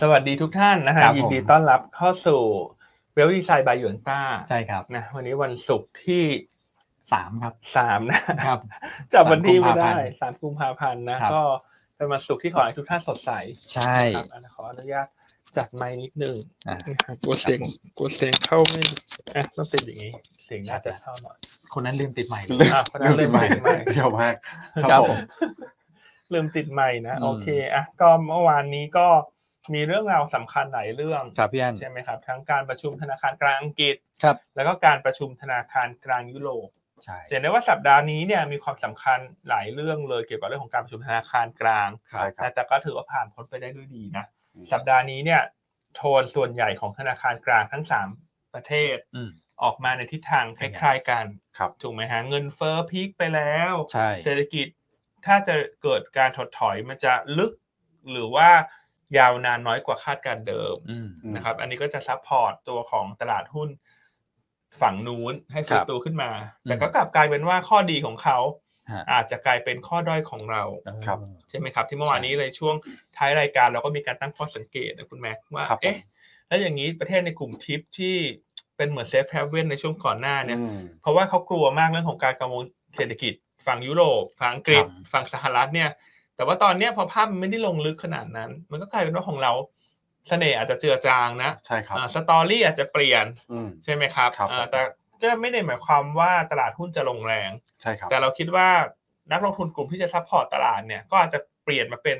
สวัสดีทุกท่านนะฮะ ครับผม ยินดีต้อนรับเข้าสู่เวลดีไซน์บายยวนต้า ใช่ครับ นะวันนี้วันศุกร์ที่ สามครับ สามนะครับ จำวันที่ไม่ได้ สามกุมภาพันธ์ สามกุมภาพันธ์นะครับ ก็เป็นวันศุกร์ที่ขอให้ทุกท่านสดใส ใช่ ครับอันขออนุญาตจัดไมค์นิดนึง อ่ะ นะครับกลัวเสียงกลัวเสียงเข้าไม่อ่ะต้องเป็นอย่างนี้เสียงน่าจะเข้าหน่อย คนนั้นลืมติดใหม่ อ่ะเพราะฉะนั้นเริ่มติดไมค์ เดียวมาก ครับผม เริ่มติดใหม่นะ อืม โอเคอ่ะก็เมื่อวานนี้ก็มีเรื่องราวสำคัญหลายเรื่อง ครับพี่อัน ใช่ไหมครับทั้งการประชุมธนาคารกลางอังกฤษ ครับ แล้วก็การประชุมธนาคารกลางยุโรป ใช่ จะเห็นได้ว่าสัปดาห์นี้เนี่ยมีความสำคัญหลายเรื่องเลยเกี่ยวกับเรื่องของการประชุมธนาคารกลาง ใช่ครับ นะแต่ก็ถือว่าผ่านพ้นไปได้ด้วยดีนะสัปดาห์นี้เนี่ยโทนส่วนใหญ่ของธนาคารกลางทั้งสามประเทศ อืม ออกมาในทิศทางคล้ายๆกัน ครับ ถูกไหมฮะเงินเฟ้อพีคไปแล้ว ใช่ เศรษฐกิจถ้าจะเกิดการถดถอยมันจะลึกหรือว่ายาวนานน้อยกว่าคาดการณ์เดิม อืม อืม นะครับ อันนี้ก็จะซัพพอร์ตตัวของตลาดหุ้นฝั่งนู้นให้ ครั ฟื้น บ ตัวขึ้นมา อืม แต่ก็กลับกลายเป็นว่าข้อดีของเขา ฮะ อาจจะกลายเป็นข้อด้อยของเรา ครับ ใช่ไหมครับ ที่เมื่อวานนี้ในช่วงท้ายรายการเราก็มีการตั้งข้อสังเกตนะคุณแม็กซ์ว่า ครับผม เอ๊ะแล้วอย่างนี้ประเทศในกลุ่มทิปที่เป็นเหมือนเซฟแฮเว่นในช่วงก่อนหน้าเนี่ย อืม เพราะว่าเขากลัวมากเรื่องของการกังวลเศรษฐกิจฝั่งยุโรปฝั่งอังกฤษ ครับ ฝั่งสหรัฐเนี่ย แต่ว่าตอนเนี้ยพอภาพมันไม่ได้ลงลึกขนาดนั้น มันก็กลายเป็นว่าของเราเสน่ห์อาจจะเจือจางนะ ใช่ครับ อ่าสตอรี่อาจจะเปลี่ยน อืม ใช่ไหมครับ ครับ อ่าแต่ก็ไม่ได้หมายความว่าตลาดหุ้นจะลงแรง ใช่ครับ แต่เราคิดว่านักลงทุนกลุ่มที่จะซัพพอร์ตตลาดเนี่ยก็อาจจะเปลี่ยนมาเป็น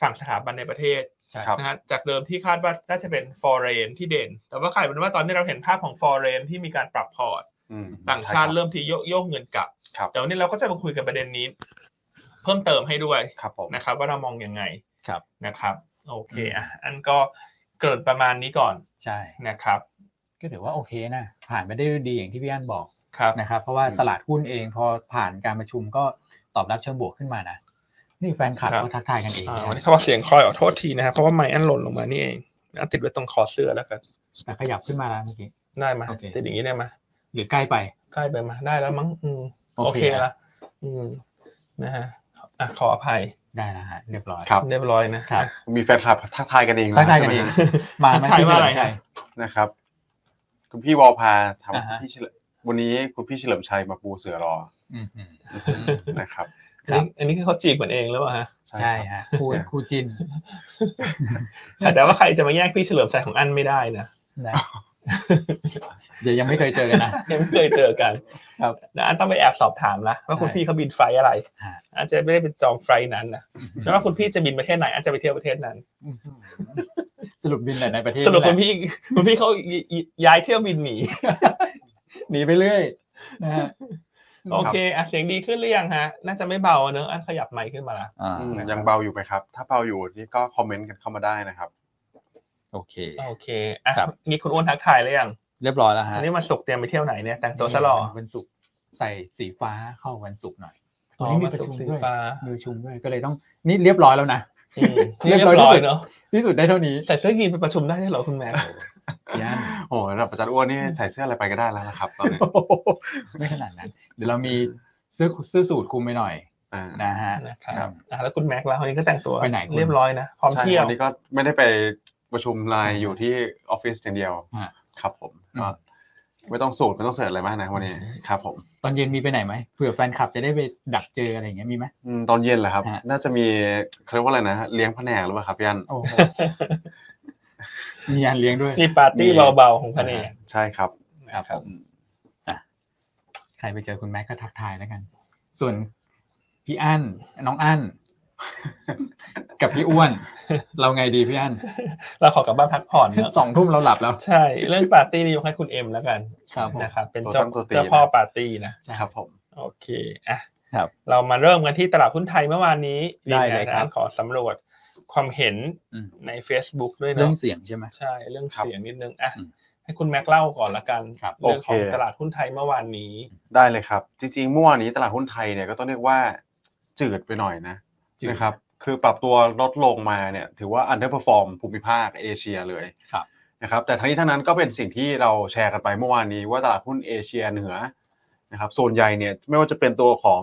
ฝั่งสถาบันในประเทศ ใช่ ครับ นะฮะจากเดิมที่คาดว่าน่าจะเป็นฟอเรนที่เด่น แต่ว่ากลายเป็นว่าตอนนี้เราเห็นภาพของฟอเรนที่มีการปรับพอร์ต อืม ต่างชาติ ใคบ เริ่มที่โยกโยกเงินกลับ ครับ เดี๋ยววนนี้เราก็จะมาคุยกันประเด็นนี้ เพิ่มเติมให้ด้วย ครับผม นะครับ ว่าเรามองยังไง ครับ นะครับ โอเค อืม อ่ะอันก็เกริดประมาณนี้ก่อน ใช่ นะครับ ก็ถือว่าโอเคนะ ผ่านไปได้ด้วยดีอย่างที่พี่อันบอก ครับ นะครับ เพราะว่าตลาดหุ้นเองพอผ่านการประชุมก็ตอบรับเชิงบวกขึ้นมานะ นี่แฟนคลับก็ทักทายกันเอง อ่า นะ วันนี้เขาบอกเสียงคอยขอโทษทีนะครับเพราะว่าไมค์อันหล่นลงมานี่เองอันติดไว้ตรงคอเสื้อแล้วกัน แต่ขยับขึ้นมาแล้วเมื่อกี้ ได้ไหมย โอเค ติดอย่างนี้ได้ไหมย หรือใกล้ไป ใกล้ไปมาได้แล้วมั้งอืมโอเค โอเคนะ ละอืมนะฮะอ่ะขออภัย ได้แล้วฮะเรียบร้อย ครับ เรียบร้อยนะครับ มีแฟนคลับทักทายกันเอง ทักทายกันเอง ใช่ไหมฮะ มาไหม่ ทักทายว่าอะไร ใช่ นะครับ คุณพี่วอลพาถาม อ่าฮะ พี่เฉลิมวันนี้คุณพี่เฉลิมชัยมาปูเสือรอ อืมอืม นะครับ ครับ อันนี้อันนี้คือเขาจีบเหมือนเองหรือเปล่าฮะ ใช่ฮะคู่คู่จิน แต่ว่าใครจะมาแยกพี่เฉลิมชัยของอันไม่ได้นะ นะ เดี๋ยวยังไม่เคยเจอกันนะ ยังไม่เคยเจอกัน ครับ นะอันต้องไปแอบสอบถามนะว่าคุณ ใช่ พี่เขาบินไฟล์อะไร ฮะ อาจจะไม่ได้เป็นจองไฟล์นั้นนะแล้วว่าคุณพี่จะบินประเทศไหนอาจจะไปเที่ยวประเทศนั้น อื้อหือสรุปบินแต่ในประเทศ สรุปคุณ นี่แหละ พี่คุณพี่เขาย้ายเที่ยวบินหนี หนีไปเรื่อยนะฮะ โอเคอ่ะเสียงดีขึ้นหรือยังฮะ น่าจะไม่เบาเนอะอันขยับไมค์ขึ้นมาละ อ่า อืมยังเบาอยู่ไหมครับ ถ้าเบาอยู่นี่ก็คอมเมนต์กันเข้ามาได้นะครับ โอเค โอเคอ่ะ ครับ นี่คุณอ้วนทักทายหรือยัง เรียบร้อยแล้วฮะ อันนี้มาสุกร์เตรียมไปเที่ยวไหนเนี่ยแต่งตัวซะหล่อ วันศุกร์ใส่สีฟ้าเข้าวันศุกร์หน่อย อ๋อ วันนี้มี มา ประ สุ ชุ ก ม ร์สี ด้วย ฟ้า มีประชุมด้วยก็เลยต้องนี่เรียบร้อยแล้วนะ อืมนี่เรีเรีย ย บบ ร้อยที่ ร้อ สุ ย ด เนาะ ที่สุดได้เท่านี้ ใส่เสื้อยีนไปประชุมได้ด้วยเหรอคุณแม่ ยัน โอ้โหระดับอาจารย์อ้วนนี่ใส่เสื้ออะไรไปก็ได้แล้วนะครับตอนนี้ ไม่ขนาดนั้น เดี๋ยวเรามีเสื้อเสื้อสูทคลุมไปหน่อย อ่า นะฮะ นะครับอ่ะแล้วคุณแม็กซ์ล่ะวันนี้ก็แต่งตัว ไปไหนคุณ เรียบร้อยนะพร้อม ใช่ เที่ยว วันนี้ก็ไม่ได้ไปประชุมไลน์อยู่ที่ออฟฟิศอย่างเดียว ฮะ ครับผม อืม ก็ไม่ต้องสูตรไม่ต้องเสิร์ชอะไรมากนะวันนี้ครับผม ตอนเย็นมีไปไหนไหมเผื่อแฟนคลับจะได้ไปดักเจออะไรอย่างเงี้ยมีไหม อืมตอนเย็นเหรอครับ ฮะ น่าจะมีเขาเรียกว่าอะไรนะเลี้ยงแผนกหรือเปล่าครับพี่อัน โอ้โห มีงานเลี้ยงด้วย มีปาร์ตี้เบาๆของพะเนก ใช่ครับ ครับผม ใครไปเจอคุณแม็กก็ทักทายแล้วกัน ส่วนพี่อั้นน้องอั้น กับพี่อ้วน เราไงดีพี่อั้น เราขอกลับบ้านพักผ่อนเนอะ สองทุ่มเราหลับแล้ว ใช่ เรื่องปาร์ตี้นี่ยกให้คุณเอ็มแล้วกัน ครับผม นะครับ เป็นเจ้า ตัวตี เจ้าพ่อปาร์ตี้นะ ใช่ครับผม โอเคอ่ะ ครับ เรามาเริ่มกันที่ตลาดหุ้นไทยเมื่อวานนี้ ได้เลยครับ มีงานขอสำรวจความเห็น อืม ใน Facebook ด้วย เรื่อ เนาะ งเสียงใช่ไหม ใช่เรื่อง ครับ เสียงนิดนึงอ่ะ อืม ให้คุณแม็กเล่าก่อนละกัน ครับ เรื่องของ โอเค ตลาดหุ้นไทยเมื่อวานนี้ ได้เลยครับ จริงๆเมื่อวานนี้ตลาดหุ้นไทยเนี่ยก็ต้องเรียกว่าจืดไปหน่อยนะ จืด นะครับคือปรับตัวลดลงมาเนี่ยถือว่า underperform ภูมิภาคเอเชียเลย ครับ นะครับแต่ทั้งนี้ทั้งนั้นก็เป็นสิ่งที่เราแชร์กันไปเมื่อวานนี้ว่าตลาดหุ้นเอเชียเหนือนะครับส่วนใหญ่เนี่ยไม่ว่าจะเป็นตัวของ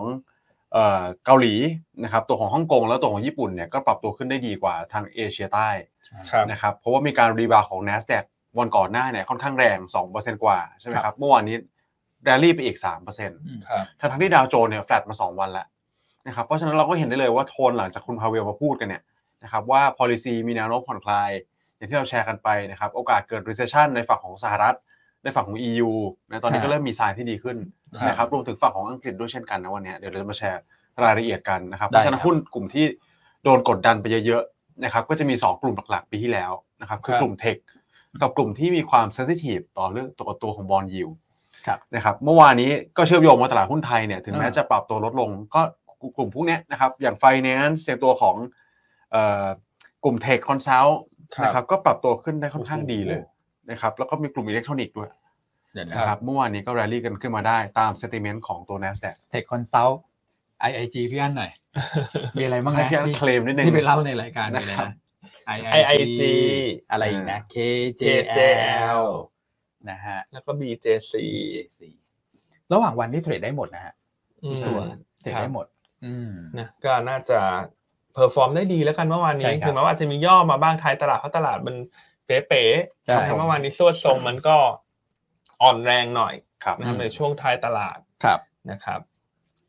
เอ่อเกาหลีนะครับตัวของฮ่องกงแล้วตัวของญี่ปุ่นเนี่ยก็ปรับตัวขึ้นได้ดีกว่าทางเอเชียใต้ ครับ นะครับเพราะว่ามีการรีบาวด์ของ NASDAQ วันก่อนหน้าเนี่ยค่อนข้างแรง 2%กว่าใช่ไหมครับเมื่อวานนี้แรลลี่ไปอีก 3% ครับ ทั้งๆที่ดาวโจนส์เนี่ยแฟลตมา 2 วันแล้วนะครับเพราะฉะนั้นเราก็เห็นได้เลยว่าโทนหลังจากคุณพาเวลมาพูดกันเนี่ยนะครับว่า policy มีแนวโน้มผ่อนคลาย อย่างที่เราแชร์กันไปนะครับโอกาสเกิด recession ในฝั่งของสหรัฐ ในฝั่งของ EU นะตอนนี้ ครับ ก็เริ่มมีสายที่ดีขึ้นนะครับรวมถึงฝั่งของอังกฤษด้วยเช่นกันนะวันเนี้ยเดี๋ยวเราจะมาแชร์รายละเอียดกันนะครับเพ ได้ครับราะฉะนั้นหุ้นกลุ่มที่โดนกดดันไปเยอะๆนะครับก็จะมี 2 กลุ่มหลักๆปีที่แล้วนะครับคือกลุ่มเทคกับกลุ่มที่มีความ sensitive ต่อเรื่องตัวตัวของบอลยิว นะครับเมื่อวานนี้ก็เชื่อมโยงมาตลาดหุ้นไทยเนี่ยถึงแม้ อ่า จะปรับตัวลดลงก็กลุ่มพวกเนี้ยนะครับอย่างไฟแนนซ์อย่างตัวของเอ่อกลุ่มเทคคอนซัลท์ นะครับก็ปรับตัวขึ้นได้ค่อนข้างดีเลยนะครับแล้วก็มีกลุ่มอิเล็กทรอนิกส์ด้วย เดี๋ยวนะ นะค ค รั รับบ เมื่อวานนี้ก็แรลลี่กันขึ้นมาได้ตามเซติมนต์ของตัว NASDAQ เทคคอนซัลท์ IIG พี่อันหน่อย มีอะไรบ้าง ให้ นะ พี่อัน ที่ เคลมนิดนึง ที่ไปเล่าในรายการไปเลย นะครับ นะ IIG อะไรอีกนะ KJL KJL นะฮะ แล้วก็ BJC JC ระหว่างวันที่เทรดได้หมดนะฮะ อืม ตัวเทรดได้หมด อืม นะก็น่าจะเพอร์ฟอร์มได้ดีแล้วกันเมื่อวาน ใช่ นี้ ครับ ถึงแม้ว่าจะมีย่อมาบ้างท้ายตลาดเพราะตลาดมันเป๋ๆ ใช่ แต่เมื่อวานนี้สวดทรงมันก็อ่อนแรงหน่อย ครับ นะครับ อืม ในช่วงท้ายตลาด ครับ นะครับ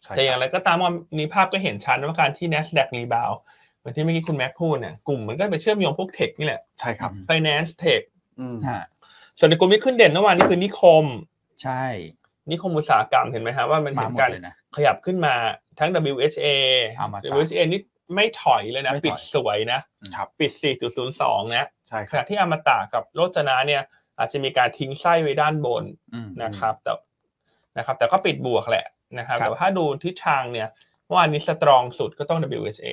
ใช่ แต่อ ค ย่า รังบไรก็ตามวันนี้ภาพก็เห็นชัดว่าการที่ NASDAQ รีบาวเหมือนที่เมื่อกี้คุณแม็กพูดเนี่ยกลุ่มมันก็ไปเชื่อมโยงพวกเทคนี่แหละ ใช่ครับ Finance Tech อืม ฮะ ส่วนในกลุ่มที่ขึ้นเด่นเมื่อวานนี้คือนิคม ใช่ นิคมอุตสาหกรรมเห็นไหมฮะว่ามัน มา เห็น หมด การ เลยนะ ขยับขึ้นมาทั้ง WHA เอามาต่อ WHA นี่ไม่ถอยเลยนะ ไม่ถอย ปิดสวยนะ ครับ ปิด 4.02 นะ ใช่ค ข รับ ณะที่อมตะกับโรจนะเนี่ย อาจจะมีการทิ้งไส้ไว้ด้านบน อืม นะครับ แต่นะครับ แต่ก็ปิดบวกแหละนะครับ ครับ แต่ว่าถ้าดูทิศทางเนี่ยเมื่อวานนี้สตรองสุดก็ต้อง WHA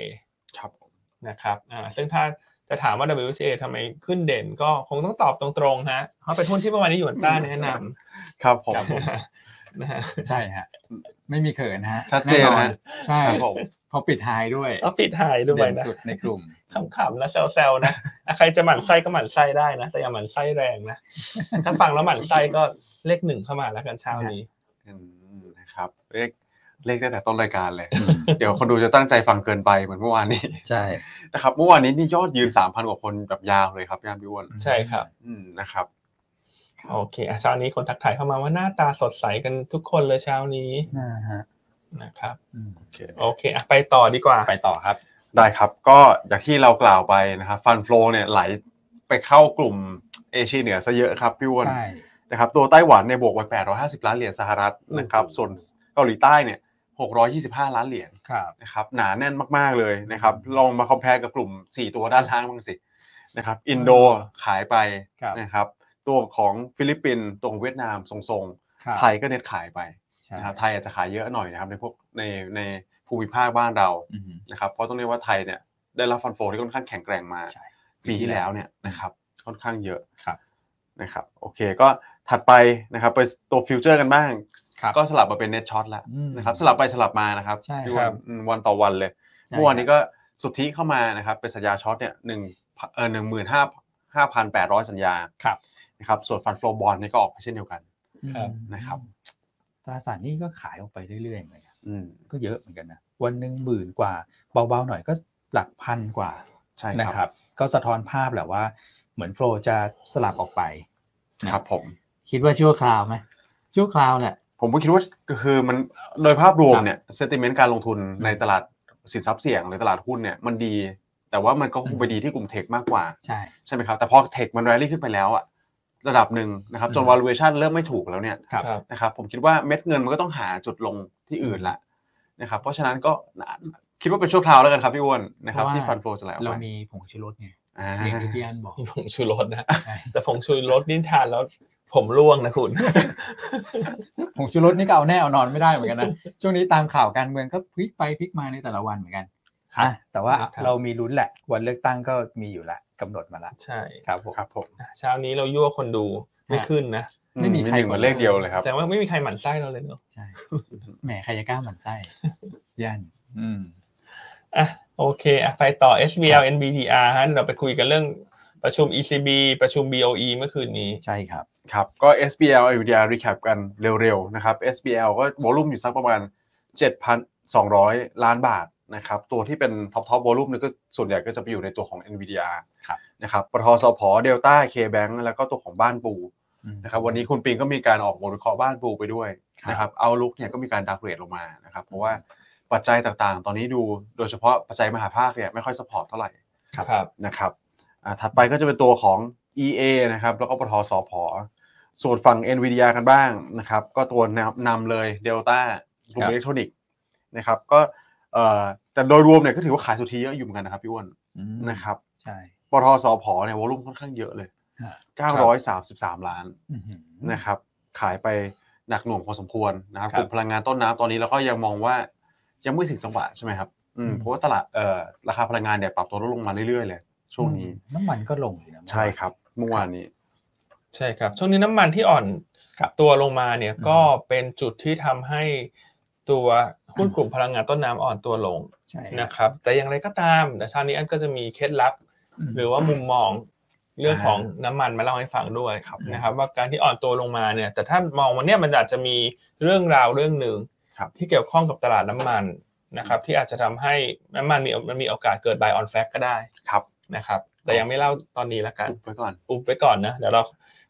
ครับผม นะครับอ่าซึ่งถ้าจะถามว่า WHA ทำไมขึ้นเด่นก็คงต้องตอบตรงๆฮะเพราะเป็นหุ้นที่เมื่อวานนี้หยวนต้าแนะน ครับผม ำนะฮะ ใช่ฮะ ไม่มีเขินฮะ ชัดเจนแอนะใช่ ครับผม เพราะปิดไฮด้วย ก็ปิดหายด้วย เด่น นะ สุดในกลุ่ม ขำๆนะแซวๆนะอ่ะใครจะหมั่นไส้ก็หมั่นไส้ได้นะ แต่อย่าหมั่นไส้แรงนะ ถ้าฟังแล้วหมั่นไส้ก็เลขหนึ่งเข้ามาแล้วกันเช้านี้ อืมนะครับเลขเลขตั้งแต่ต้นรายการเลย เดี๋ยวคนดูจะตั้งใจฟังเกินไปเหมือนเมื่อวานนี้ ใช่ นะครับเมื่อวานนี้นี่ยอดยืน 3,000 กว่าคนแบบยาวเลยครับย่านพี่อ้วน ใช่ครับ อืมนะครับ โอเคอ่ะเช้านี้คนทักทายเข้ามาว่าหน้าตาสดใสกันทุกคนเลยเช้านี้ นะฮะ นะครับ อืม โอเค โอเคอ่ะไปต่อดีกว่า ไปต่อครับ ได้ครับก็อย่างที่เรากล่าวไปนะครับฟันฟลอเนี่ยไหลไปเข้ากลุ่มเอเชียเหนือซะเยอะครับพี่อ้วน ใช่ นะครับตัวไต้หวันเนี่ยบวกไป 850 ล้านเหรียญสหรัฐนะครับ โอ้โห ส่วนเกาหลีใต้เนี่ย 625 ล้านเหรียญ ครับ นะครับหนาแน่นมากๆเลยนะครับลองมาคอม p พ r e กับกลุ่ม 4 ตัวด้านล่างบ้างสินะครับอินโดขายไป ครับ นะครับตัวของฟิลิปปินส์ตัวของเวียดนามทรง ครับ ๆไทยก็เน็ตขายไป ใช่ นะครับไทยอาจจะขายเยอะหน่อยนะครับในพวกในในภูมิภาคบ้านเรา อืม นะครับเพราะต้องเรียกว่าไทยเนี่ยได้รับฟันโฟที่ค่อนข้างแข็งแกร่งมา ใช่ ปีที่แล้วเนี่ยนะครับค่อนข้างเยอะ ครับ นะครับโอเคก็ถัดไปนะครับไปตัวฟิวเจอร์กันบ้าง ครับ ก็สลับมาเป็นเน็ตช็อตแล้ว อืม นะครับสลับไปสลับมานะครับ ใช่ พี่ ค วั รั น บ อืมวันต่อวันเลยเมื่อวานนี้ก็สุทธิเข้ามานะครับเป็นสัญญาช็อตเนี่ยหนึ่งเออหนึ่งหมื่นห้าห้าพันแปดร้อยสัญญา ครับ นะครับส่วนฟันโฟบอลนี่ยก็ออกไปเช่นเดียวกัน ครับ นะครับ ตราสารหนี้ก็ขายออกไปเรื่อยๆเหมือนกัน อืม ก็เยอะเหมือนกันนะวันหนึ่งหมื่นกว่า เบาๆหน่อยก็หลักพันกว่า ใช่ นะครับบก็สะท้อนภาพแหละว่า เหมือนโฟลว์จะสลับออกไปนะครับ ผม คิดว่าชั่วคราวไหมชั่วคราวแหละ ผมก็คิดว่าคือมันโดยภาพรวม ครับ เนี่ยเซติมนต์การลงทุน อืม ในตลาดสินทรัพย์เสี่ยงหรือตลาดหุ้นเนี่ยมันดี แต่ว่ามันก็คงไปดีที่กลุ่มเทคมากกว่า ใช่ ใช่ไหมครับ แต่พอเทคมันแรลลี่ขึ้นไปแล้วอะระดับหนึ่งนะครับจน อืม valuation เริ่มไม่ถูกแล้วเนี่ย ครับ ครับ นะครับผมคิดว่าเม็ดเงินมันก็ต้องหาจุดลงที่อื่นละนะครับเพราะฉะนั้นก็คิดว่าเป็นชั่วคราวแล้วกันครับพี่อ้วนนะครับ เพราะว่า ที่ฟันโฟจะไหลออก เรา ไป มีผงชูรสไง อ่า อย่างที่พี่อันบอก มีผงชูรสนะ ใช่ แต่ผงชูรสนิ่ทานแล้วผมร่วงนะคุณ ผงชูรสนี่ก็เอาแน่เอานอนไม่ได้เหมือนกัน นะช่วงนี้ตามข่าวการเมืองก็พลิกไปพลิกมาในแต่ละวันเหมือนกัน ครับ อ่ะแต่ว่า ครับ เรามีลุ้นแหละ วันเลือกตั้งก็มีอยู่ละกำหนดมาละ ใช่ ครับผม ครับผม อ่ะเช้านี้เรายั่วคนดูไม่ขึ้นนะ ไม่มีใคร เหมือนเลขเดียวเลยครับ แสดงว่าไม่มีใครหมั่นไส้เราเลยเนาะ ใช่แหมใครจะกล้าหมันไส้พี่อันอืม อ่ะโอเคอ่ะไปต่อ SBL NBDR ฮะเราไปคุยกันเรื่องประชุม ECB ประชุม BOE เมื่อคืนนี้ ใช่ครับ ครับก็ SBL อ d r recap กันเร็วๆนะครับ SBL ก็วอลุ่มอยู่สักประมาณ7,000 200 ล้านบาทนะครับตัวที่เป็นท็อปท็อปวอลุ่มเนี่ยก็ส่วนใหญ่ก็จะไปอยู่ในตัวของ NVDR ครับ นะครับปทสพเดลต้าเคแบงแล้วก็ตัวของบ้านปู อืม นะครับวันนี้คุณปิงก็มีการออกบทวิเคราะห์บ้านปูไปด้วย ครับ นะครับเอาลุกเนี่ยก็มีการดักเรทลงมานะครับเพราะว่าปัจจัยต่างๆ ตอนนี้ดูโดยเฉพาะปัจจัยมหาภาคเนี่ยไม่ค่อยสปอร์ตเท่าไหร่ ครับ นะครับอ่าถัดไปก็จะเป็นตัวของ EA นะครับ แล้วก็ปทสพส่วนฝั่ง NVIDIA กันบ้างนะครับ ก็ตัวนำนำเลย Delta กลุ่ม ครับ อิเล็กทรอนิกส์นะครับ ก็เอ่อแต่โดยรวมเนี่ยก็ถือว่าขายสุทธิเยอะอยู่เหมือนกันนะครับพี่อ้วน อืม นะครับ ใช่ ปทสพเนี่ยวอลุ่มค่อนข้างเยอะเลย อ่า 933 ล้าน อือหือ นะครับ ขายไปหนักหน่วงพอสมควรนะครับ ครับกลุ่มพลังงานต้นน้ำตอนนี้เราก็ยังมองว่ายังไม่ถึงจังหวะใช่ไหมครับอืม อืม เพราะว่าตลาดเอ่อราคาพลังงานเนี่ยปรับตัวลดลงมาเรื่อยๆเลยช่วงนี้ น้ำมันก็ลงอยู่นะ ใช่ครับเมื่อวานนี้ ใช่ครับช่วงนี้น้ำมันที่อ่อน ครับ ตัวลงมาเนี่ย อืม ก็เป็นจุดที่ทำให้ตัวหุ้นกลุ่มพลังงานต้นน้ำอ่อนตัวลง ใช่ นะครับ แต่อย่างไรก็ตามแต่เช้านี้อันก็จะมีเคล็ดลับ ม หรือว่ามุมมองเรื่องของ อ่า น้ำมันมาเล่าให้ฟังด้วย ครับ นะครับ ว่าการที่อ่อนตัวลงมาเนี่ย แต่ถ้ามองวันเนี้ยมันอาจจะมีเรื่องราวเรื่องหนึ่ง ครับ ที่เกี่ยวข้องกับตลาดน้ำมันนะครับ ที่อาจจะทำให้น้ำมันมีมันมีโอกาสเกิด buy on fact ก็ได้ ครับ นะครับ แต่ยังไม่เล่าตอนนี้ละกัน อุบไว้ก่อน อุบไว้ก่อนนะเดี๋ยวเรา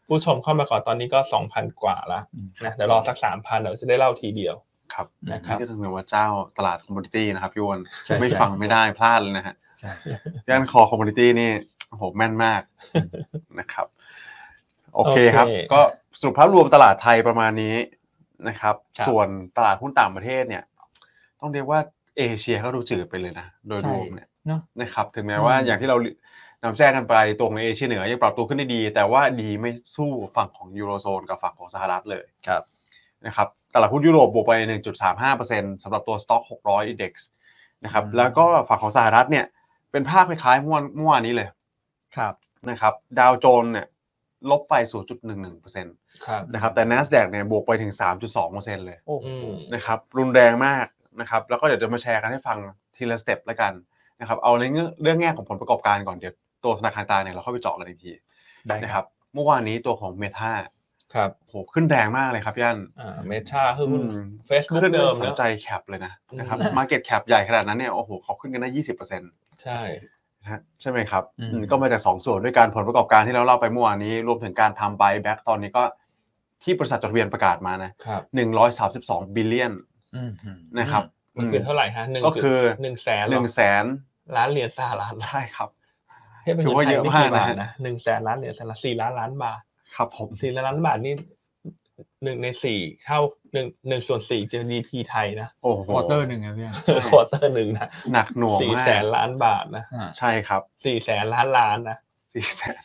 ผู้ชมเข้ามาก่อนตอนนี้ก็สองพันกว่าละ อืม นะเดี๋ยวรอสักสามพันเดี๋ยวจะได้เล่าทีเดียว ครับ นะครั นี่ บ ก็ถึงเป็นว่าเจ้าตลาดคอมมูนิตี้นะครับพี่วอน ใช่ ไม่ ใช่ ฟังไม่ได้พลาดเลยนะฮะ ใช่ ย่านคอคอมมูนิตี้นี่โอ้โหแม่น มากนะครับ โอเคครับ โอเค ก็สรุปภาพรวมตลาดไทยประมาณนี้นะครับ ครับ ส่วนตลาดหุ้นต่างประเทศเนี่ย ต้องเรียกว่าเอเชียเขาดูจืดไปเลยนะโดย ใช่ รวมเนี่ย เนาะ นะครับ ถึงแม้ อืม ว่าอย่างที่เรานำแจ้งกันไปตรงในเอเชียเหนือยังปรับตัวขึ้นได้ดี แต่ว่าดีไม่สู้ฝั่งของยูโรโซนกับฝั่งของสหรัฐเลย ครับ นะครับตลาดหุ้นยุโรปบวกไป 1.35%สำหรับตัว Stock 600 Index นะครับ อืม แล้วก็ฝั่งของสหรัฐเนี่ย เป็นภาพคล้ายๆเมื่อวานเมื่อวานนี้เลย ครับ นะครับ ดาวโจนส์เนี่ย ลบไป 0.11%น ครับ ะครับ แต่ NASDAQ เนี่ย บวกไปถึง 3.2%เลย โอ้โห อืม นะครับ รุนแรงมากนะครับ แล้วก็เดี๋ยวจะมาแชร์กันให้ฟังทีละสเต็ปละกันนะครับ เอาในเรื่องเรื่องแง่ของผลประกอบการก่อน เดี๋ยวตัวธนาคารกลางเนี่ยเราเข้าไปเจาะกันอีกที ได้ นะ ค ครับ รับ เมื่อวานนี้ตัวของ Meta ครับ โหขึ้นแรงมากเลยครับพี่อัน อ่าเมชาคือหุ้น อืม เฟซบุ๊ก ขึ้นเดิ เดิ ม ม ส แล้ น ว ใจแคปเลยนะนะครับ อืม Market Cap ใหญ่ขนาดนั้นเนี่ยโอ้โหเขาขึ้นกันได้ยี่สิบเปอร์เซ็นต์ ใช่ ใช่ไหมครับ อืม อืมก็มาจากสองส่วนด้วยการผลประกอบการที่เราเล่าไปเมื่อวานนี้ รวมถึงการทำ buy back ตอนนี้ก็ที่บริษัทจดทะเบียนประกาศมานะครับ หนึ่งร้อยสามสิบสองบิลเลียน อืม นะครับ มันคือเท่าไหร่ฮะหนึ่ง ก็คือ หนึ่งแสน หนึ่งแสน ล้านเหรียญสหรัฐ ใช่ครับ เทียบเป็นเงถืิ อน ว่า ไท เย ย อะ ไม่ มาก กี่บาทนะนะหนึ่งแสนล้านเหรียญสหรัฐสี่ล้านล้านบาท ครับผม สี่ล้านล้านบาทนี่หนึ่งในสี่เท่าหนึ่งหนึ่งส่วนสี่ GDP ไทยนะ โอ้โห ควอเตอร์หนึ่งครับพี่อัน ควอเตอร์หนึ่งนะ หนักหน่วง สี่ มาก แสนล้านบาทนะ อ่า ใช่ครับ สี่แสนล้านล้านนะ สี่แสน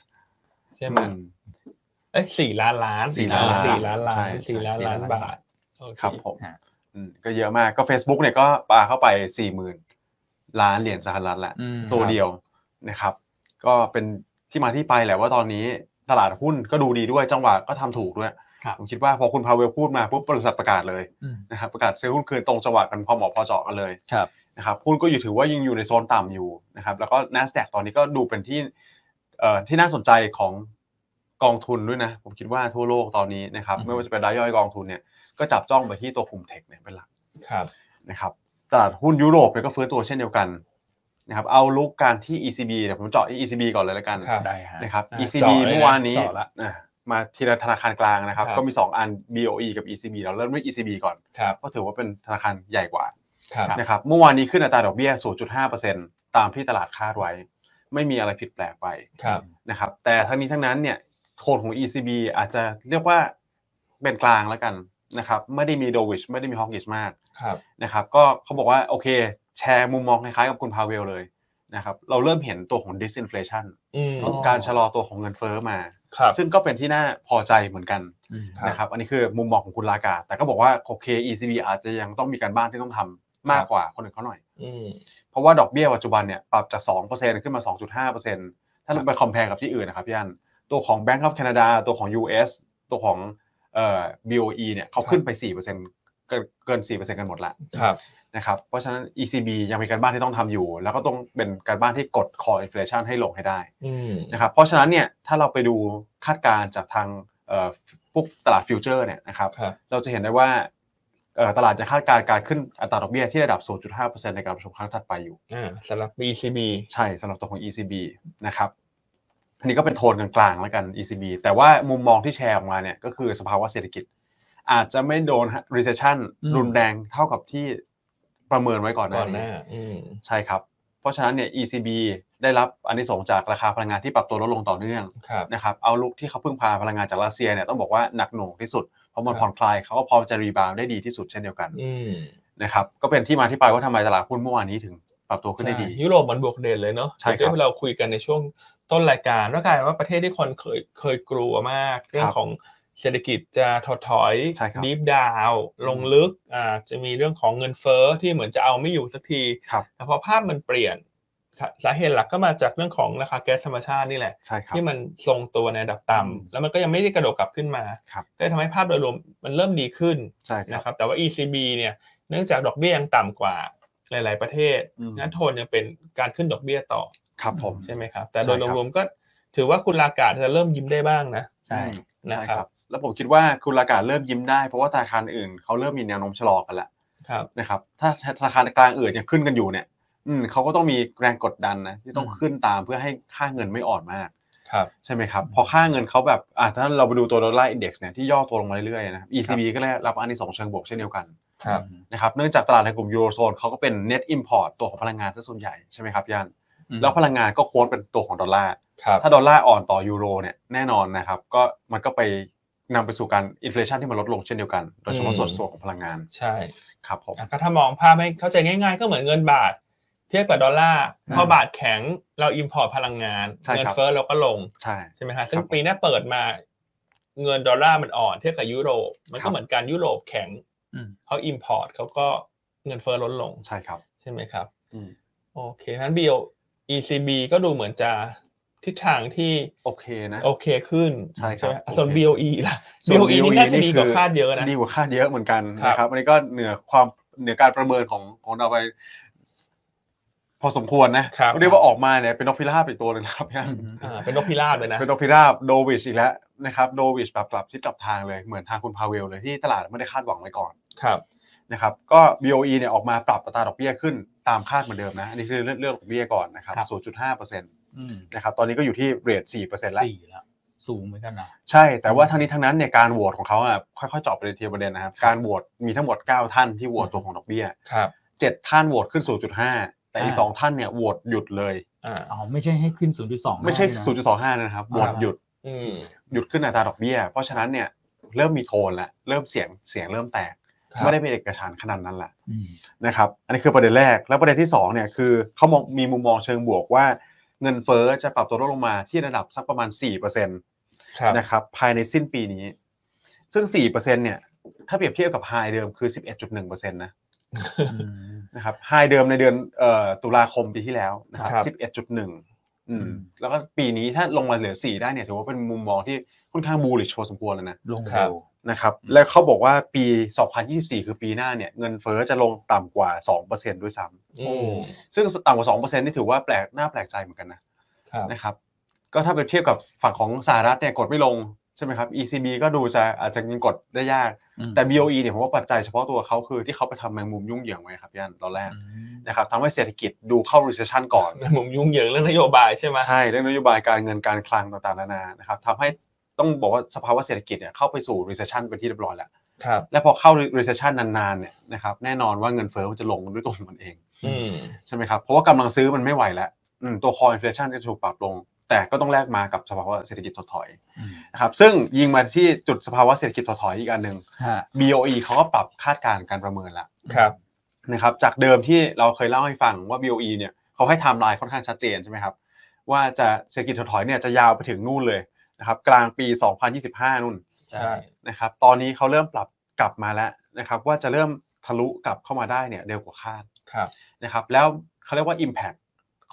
ใช่ไหม อืม เอ้ยสี่ล้านล้าน สี่ล้านล้าน สี่ล้านล้า ใช่ นสี่ล้านล้าน ใช่ บาทโอเ ครับผม ฮะ อืมก็เยอะมากก็ Facebook เนี่ยก็ปาเข้าไปสี่หมื่นล้านเหรียญสหรัฐละ อืม ตัวเดียวนะครับ ก็เป็นที่มาที่ไปแหละว่าตอนนี้ตลาดหุ้นก็ดูดีด้วยจังหวะก็ทำถูกด้วย ครับ ผมคิดว่าพอคุณพาเวลพูดมาปุ๊บบริษัทประกาศเลย อืม นะครับประกาศซื้อหุ้นคืนตรงจังหวะกันพอเหมาะพอเจาะกันเลย ครับ นะครับหุ้นก็อยู่ถือว่ายังอยู่ในโซนต่ำอยู่นะครับแล้วก็ N อสแดกตอนนี้ก็ดูเป็นที่เอ่อที่น่าสนใจของกองทุนด้วยนะ ผมคิดว่าทั่วโลกตอนนี้นะครับ อืม ไม่ว่าจะเป็นรายย่อยกองทุนเนี่ยก็จับจ้องไปที่ตัวกลุ่มเทคเนี่ยเป็นหลัก ครับ นะครับตลาดหุ้นยุโรปเนี่ยก็ฟื้นตัวเช่นเดียวกันนะครับเอาลุกการที่ ECB เดี๋ยวผมเจาะ ECB ก่อนเลยละกัน ครับ ได้ฮะ นะครับ อ่ะ ECB เจาะเลยนะ เมื่อวานนี้ เจาะละ อ่ะมาทีละธนาคารกลางนะครับ ครับ ก็มี 2 อัน BOE กับ ECB เราเริ่มด้วย ECB ก่อน ครับ ก็ถือว่าเป็นธนาคารใหญ่กว่า ครับ นะครับเมื่อวานนี้ขึ้นอัตราดอกเบี้ย 0.5%ตามที่ตลาดคาดไว้ ไม่มีอะไรผิดแปลกไป ครับ นะครับแต่ทั้งนี้ทั้งนั้นเนี่ยโทนของ ECB อาจจะเรียกว่าเป็นกลางแล้วกันนะครับไม่ได้มีโดวิชไม่ได้มีฮอกกิชมาก ครับ นะครับก็เขาบอกว่าโอเคแชร์มุมมองคล้ายๆกับคุณพาเวลเลยนะครับเราเริ่มเห็นตัวของ disinflation อืม อ๋อ การชะลอตัวของเงินเฟ้อมา ครับ ซึ่งก็เป็นที่น่าพอใจเหมือนกัน อืม นะครับอันนี้คือมุมมองของคุณลากา แต่ก็บอกว่าโอเค ECB อาจจะยังต้องมีการบ้านที่ต้องทำมากกว่าคนอื่นเขาหน่อย อืม เพราะว่าดอกเบี้ยปัจจุบันเนี่ยปรับจาก 2%ขึ้นมา 2.5%ถ้าเราไปคอมเพลกับที่อื่นนะครับพี่อันตัวของ Bank of Canada ตัวของ US ตัวของเอ่อ BOE เนี่ยเขาขึ้นไป 4%เกินเกิน 4%กันหมดละ ครับ นะครับ เพราะฉะนั้น ECB ยังมีการบ้านที่ต้องทำอยู่ แล้วก็ต้องเป็นการบ้านที่กด core inflation ให้ลงให้ได้ อืม นะครับ เพราะฉะนั้นเนี่ย ถ้าเราไปดูคาดการณ์จากทางเอ่อพวกตลาดฟิวเจอร์เนี่ยนะครับ ครับ เราจะเห็นได้ว่า เอ่อตลาดจะคาดการณ์การขึ้นอัตราดอกเบี้ยที่ระดับ 0.5%ในการประชุมครั้งถัดไปอยู่ อ่าสำหรับ BCB ใช่สำหรับตัวของ ECB นะครับ อันนี้ก็เป็นโทนกลางๆแล้วกัน ECB แต่ว่ามุมมองที่แชร์ออกมาเนี่ยก็คือสภาวะเศรษฐกิจ อาจจะไม่โดน recession อืม รุนแรงเท่ากับที่ประเมินไว้ก่อนห ก่อ น้าน ห นี้ น้าอืม ใช่ครับ เพราะฉะนั้นเนี่ย ECB ได้รับอันนี้ส่งส์จากราคาพลังงานที่ปรับตัวลดลงต่อเนื่อง ครับ นะครับเอาลุกที่เขาเพิ่งพาพลังงานจากรัสเซียเนี่ยต้องบอกว่าหนักหน่วงที่สุดเพราะมันผ่อนคลายเขาก็พร้อมจะรีบาวด์ได้ดีที่สุดเช่นเดียวกัน อืม นะครับก็เป็นที่มาที่ไปว่าทำไมตลาดหุ้นเมื่อวานนี้ถึงปรับตัวขึ้นได้ดี ใช่ยุโรปมันบวกเด่นเลยเนาะ ใช่ครับ เดี๋ยวที่เราคุยกันในช่วงต้นรายการว่ากลายว่าประเทศที่คนเคยเคยกลัวมาก เรื่องของเศรษฐกิจจะถดถอย ใช่ครับ ดิฟดาวลงลึกอ่าจะมีเรื่องของเงินเฟ้อที่เหมือนจะเอาไม่อยู่สักที ครับ แต่พอภาพมันเปลี่ยนสาเหตุหลักก็มาจากเรื่องของราคาแก๊สธรรมชาตินี่แหละ ใช่ครับ ที่มันทรงตัวในระดับต่ำ อืม แล้วมันก็ยังไม่ได้กระโดดกลับขึ้นมา ครับ ก็เลยทำให้ภาพโดยรวมมันเริ่มดีขึ้น ใช่ครับ นะครับแต่ว่า ECB เนี่ยเนื่องจากดอกเบี้ยยังต่ำกว่าหลาย ๆ ประเทศ อืม นั้นโทนยังเป็นการขึ้นดอกเบี้ยต่อ ครับผม ใช่ไหมครับแต่ ใช่ โดย ครับ รวมๆก็ถือว่าคุณลากาจะเริ่มยิ้มได้บ้างนะ ใช่ นะ ใช่ ค ค รั รั บบ แล้วผมคิดว่าคุณลากาเริ่มยิ้มได้เพราะว่าธนาคารอื่นเขาเริ่มมีแนวโน้มชะลอกันแล้ว ครับ นะครับ ถ้าธนาคารกลางอื่นยังขึ้นกันอยู่เนี่ย อืมเขาก็ต้องมีแรงกดดันนะที่ต้องขึ้นตามเพื่อให้ค่าเงินไม่อ่อนมาก ครับ ใช่ไหมครับ พอค่าเงินเขาแบบอ่ะถ้าเราไปดูตัวดอลลาร์อินเด็กซ์เนี่ยที่ย่อตัวลงมาเรื่อยๆนะครับ ECB ก็ได้รับอันนี้สงส์เชิงบวกเช่นเดียวกัน ครับ นะครับเนื่องจากตลาดในกลุ่มยูโรโซนเขาก็เป็น net import ตัวของพลังงานซะส่วนใหญ่ใช่ไหมครับย่านแล้วพลังงานก็โค้ดเป็นตัวของดอลลาร์ ครับ ถ้าดอลลาร์อ่อนต่อยูโรเนี่ยแน่นอนนะครับก็มันก็ไปนำไปสู่การอินฟลชันที่มันลดลงเช่นเดียวกันโดยเฉพาะส่วนส่วนของพลังงาน ใช่ ครับผม อ่ะก็ถ้ามองภาพให้เข้าใจง่าย ๆ ก็เหมือนเงินบาท เทียบกับดอลลาร์พอบาทแข็งเราอิมพอร์ตพลังงาน ใช่ครับ เงิเฟ้อเราก็ลง ใช่ ใช่ไหมฮะซึ่ ค ง รับ ปีหน้าเปิดมาเงินดอลลาร์มันอ่อนเทียบกับยุโรป มัน ครั ก็ บ เหมือนกันยุโรปแข็ง อืม เขาอิมพอร์ตเขาก็เงินเฟ้อลดลง ใช่ครับ ใช่ไหมครับ อืม โอเคงั้น BO ECB ก็ดูเหมือนจะทิศทางที่ โอเคนะ โอเคขึ้น ใช่ครับ ไหมส่วน โอเค BOE ล่ะ ส่วน BOE นี่ BOE น่าจะดีกว่า นี่คือ คาดเยอะนะ ดีกว่าคาดเยอะเหมือนกัน ครับ นะครับอันนี้ก็เหนือความเหนือการประเมินของของเราไป พอสมควรนะครับเรียกว่าออกมาเนี่ยเป็นนกพิราบอีกตัวหนึ่งนะครับยัง อ่าเป็นนกพิราบเลยนะ เป็นนกพิราบโดวิชอีกแล้วนะครับโดวิชแบบกลับทิศกลับทางเลยเหมือนทางคุณพาเวลเลยที่ตลาดไม่ได้คาดหวังไว้ก่อน ครับ นะครับ ก็ BOE เนี่ยออกมาปรับอัตราดอกเบี้ยขึ้นตามคาดเหมือนเดิมนะ อันนี้คือเรื่องเรื่องดอกเบี้ยก่อนนะครับ ครับ 0.5%นะครับ ตอนนี้ก็อยู่ที่เรท4%แล้ว สี่แล้วสูงเหมือนกันนะ ใช่ แต่ว่าทั้งนี้ทั้งนั้นเนี่ยการโหวตของเขาอ่ะค่อยๆเจาะไปในทีละประเด็นนะครับ การโหวตมีทั้งหมด 9 ท่านที่โหวตตัวของดอกเบี้ย ครับ 7 ท่านโหวตขึ้น 0.5 แต่อีก อ่า 2 ท่านเนี่ยโหวตหยุดเลย อ่า อ๋อไม่ใช่ให้ขึ้น 0.2 ไม่ใช่ 0.25 นะครับ โหวตหยุด อืม หยุดขึ้นอัตราดอกเบี้ย เพราะฉะนั้นเนี่ยเริ่มมีโทนละเริ่มเสียงเสียงเริ่มแตก ครับ ไม่ได้เป็นเอกฉันท์ขนาดนั้นละ นะครับอันนี้คือประเด็นแรกแล้วประเด็นที่สองเนี่ยคือเขามองมีมุมมองเชิงบวกว่าเงินเฟ้อจะปรับตัวลดลงมาที่ระดับสักประมาณ4%น ครับ ะครับภายในสิ้นปีนี้ ซึ่ง4%เนี่ยถ้าเปรียบเทียบกับไฮเดิมคือ 11.1%นะนะครับไฮเดิมในเดือนเอ่อตุลาคมปีที่แล้วนะค ครั รับ บ11.1อื อื ม ม แล้วก็ปีนี้ถ้าลงมาเหลือ 4 ได้เนี่ยถือว่าเป็นมุมมองที่ค่อนข้างบูลลิชพอสมควรเลยนะ ลง ครั เร็ บ ว นะครับและเขาบอกว่าปี 2024 คือปีหน้าเนี่ยเงินเฟ้อจะลงต่ำกว่า 2%ด้วยซ้ อืม ำซึ่งต่ำกว่า 2%นี่ถือว่าแปลกน่าแปลกใจเหมือนกันนะครับ นะครับ ก็ถ้าไปเทียบกับฝั่งของสหรัฐเนี่ยกดไม่ลงใช่ไหมครับ ECB ก็ดูจะอาจจะยังกดได้ยาก แต่ BOE เนี่ยผมว่าปัจจัยเฉพาะตัวเขาคือที่เขาไปทำแมงมุมยุ่งเหยิงไว้ครับย่านตอนแรกนะครับทำให้เศรษฐกิจดูเข้า recession ก่อน ผมยุ่งเหยิงเรื่องนโยบายใช่ไหม ใช่เรื่องนโยบายการเงินการคลังต่างๆนานานะครับทำให้ต้องบอกว่าสภาวะเศรษฐกิจเนี่ยเข้าไปสู่ recession เป็นที่เรียบร้อยแล้ว ครับ และพอเข้า recession นานๆเนี่ยนะครับแน่นอนว่าเงินเฟ้อมันจะลงด้วยตัวของมันเอง อืม ใช่ไหมครับเพราะว่ากำลังซื้อมันไม่ไหวแล้วอืมตัว core inflation จะถูกปรับลง แต่ก็ต้องแลกมากับสภาวะเศรษฐกิจถดถอยนะครับซึ่งยิงมาที่จุดสภาวะเศรษฐกิจถดถอยอีกอันหนึ่ง BOE เขาก็ปรับคาดการณ์การประเมินแล้ว ครับ นะครับจากเดิมที่เราเคยเล่าให้ฟังว่า BOE เนี่ยเขาให้ไทม์ไลน์ค่อนข้างชัดเจนใช่ไหมครับว่าจะเศรษฐกิจถดถอยเนี่ยจะยาวไปถึงนู่นเลยนะครับกลางปี 2025นู่น ใช่ นะครับตอนนี้เขาเริ่มปรับกลับมาแล้วนะครับว่าจะเริ่มทะลุกลับเข้ามาได้เนี่ยเร็วกว่าคาด ครับ นะครับแล้วเขาเรียกว่า Impact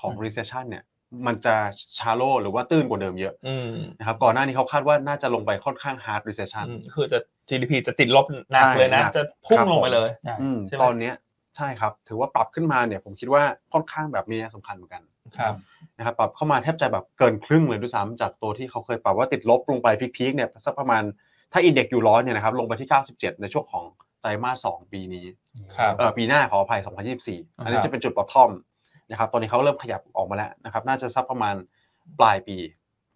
ของ อืม Recession เนี่ยมันจะชาโลหรือว่าตื้นกว่าเดิมเยอะ อืม นะครับก่อนหน้านี้เขาคาดว่าน่าจะลงไปค่อนข้าง hard recession อืมคือจะ GDP จะติดลบหนักเลยนะ ใช่หนัก จะพุ่งลงไปเลย อืม ใช่ไหม ตอนเนี้ยใช่ครับ ถือว่าปรับขึ้นมาเนี่ยผมคิดว่าค่อนข้างแบบมีนัยสำคัญเหมือนกัน ครับ นะครับปรับเข้ามาแทบจะแบบเกินครึ่งเลยด้วยซ้ำจากตัวที่เขาเคยปรับว่าติดลบลงไปพีคๆเนี่ยสักประมาณถ้าอินเด็กซ์อยู่ร้อยเนี่ยนะครับลงไปที่ 97 ในช่วงของ ไตรมาสสองปีนี้ ครับ เออปีหน้าขออภัย 2024 อันนี้จะเป็นจุด bottom นะครับตอนนี้เขาเริ่มขยับออกมาแล้วนะครับ น่าจะสักประมาณปลายปี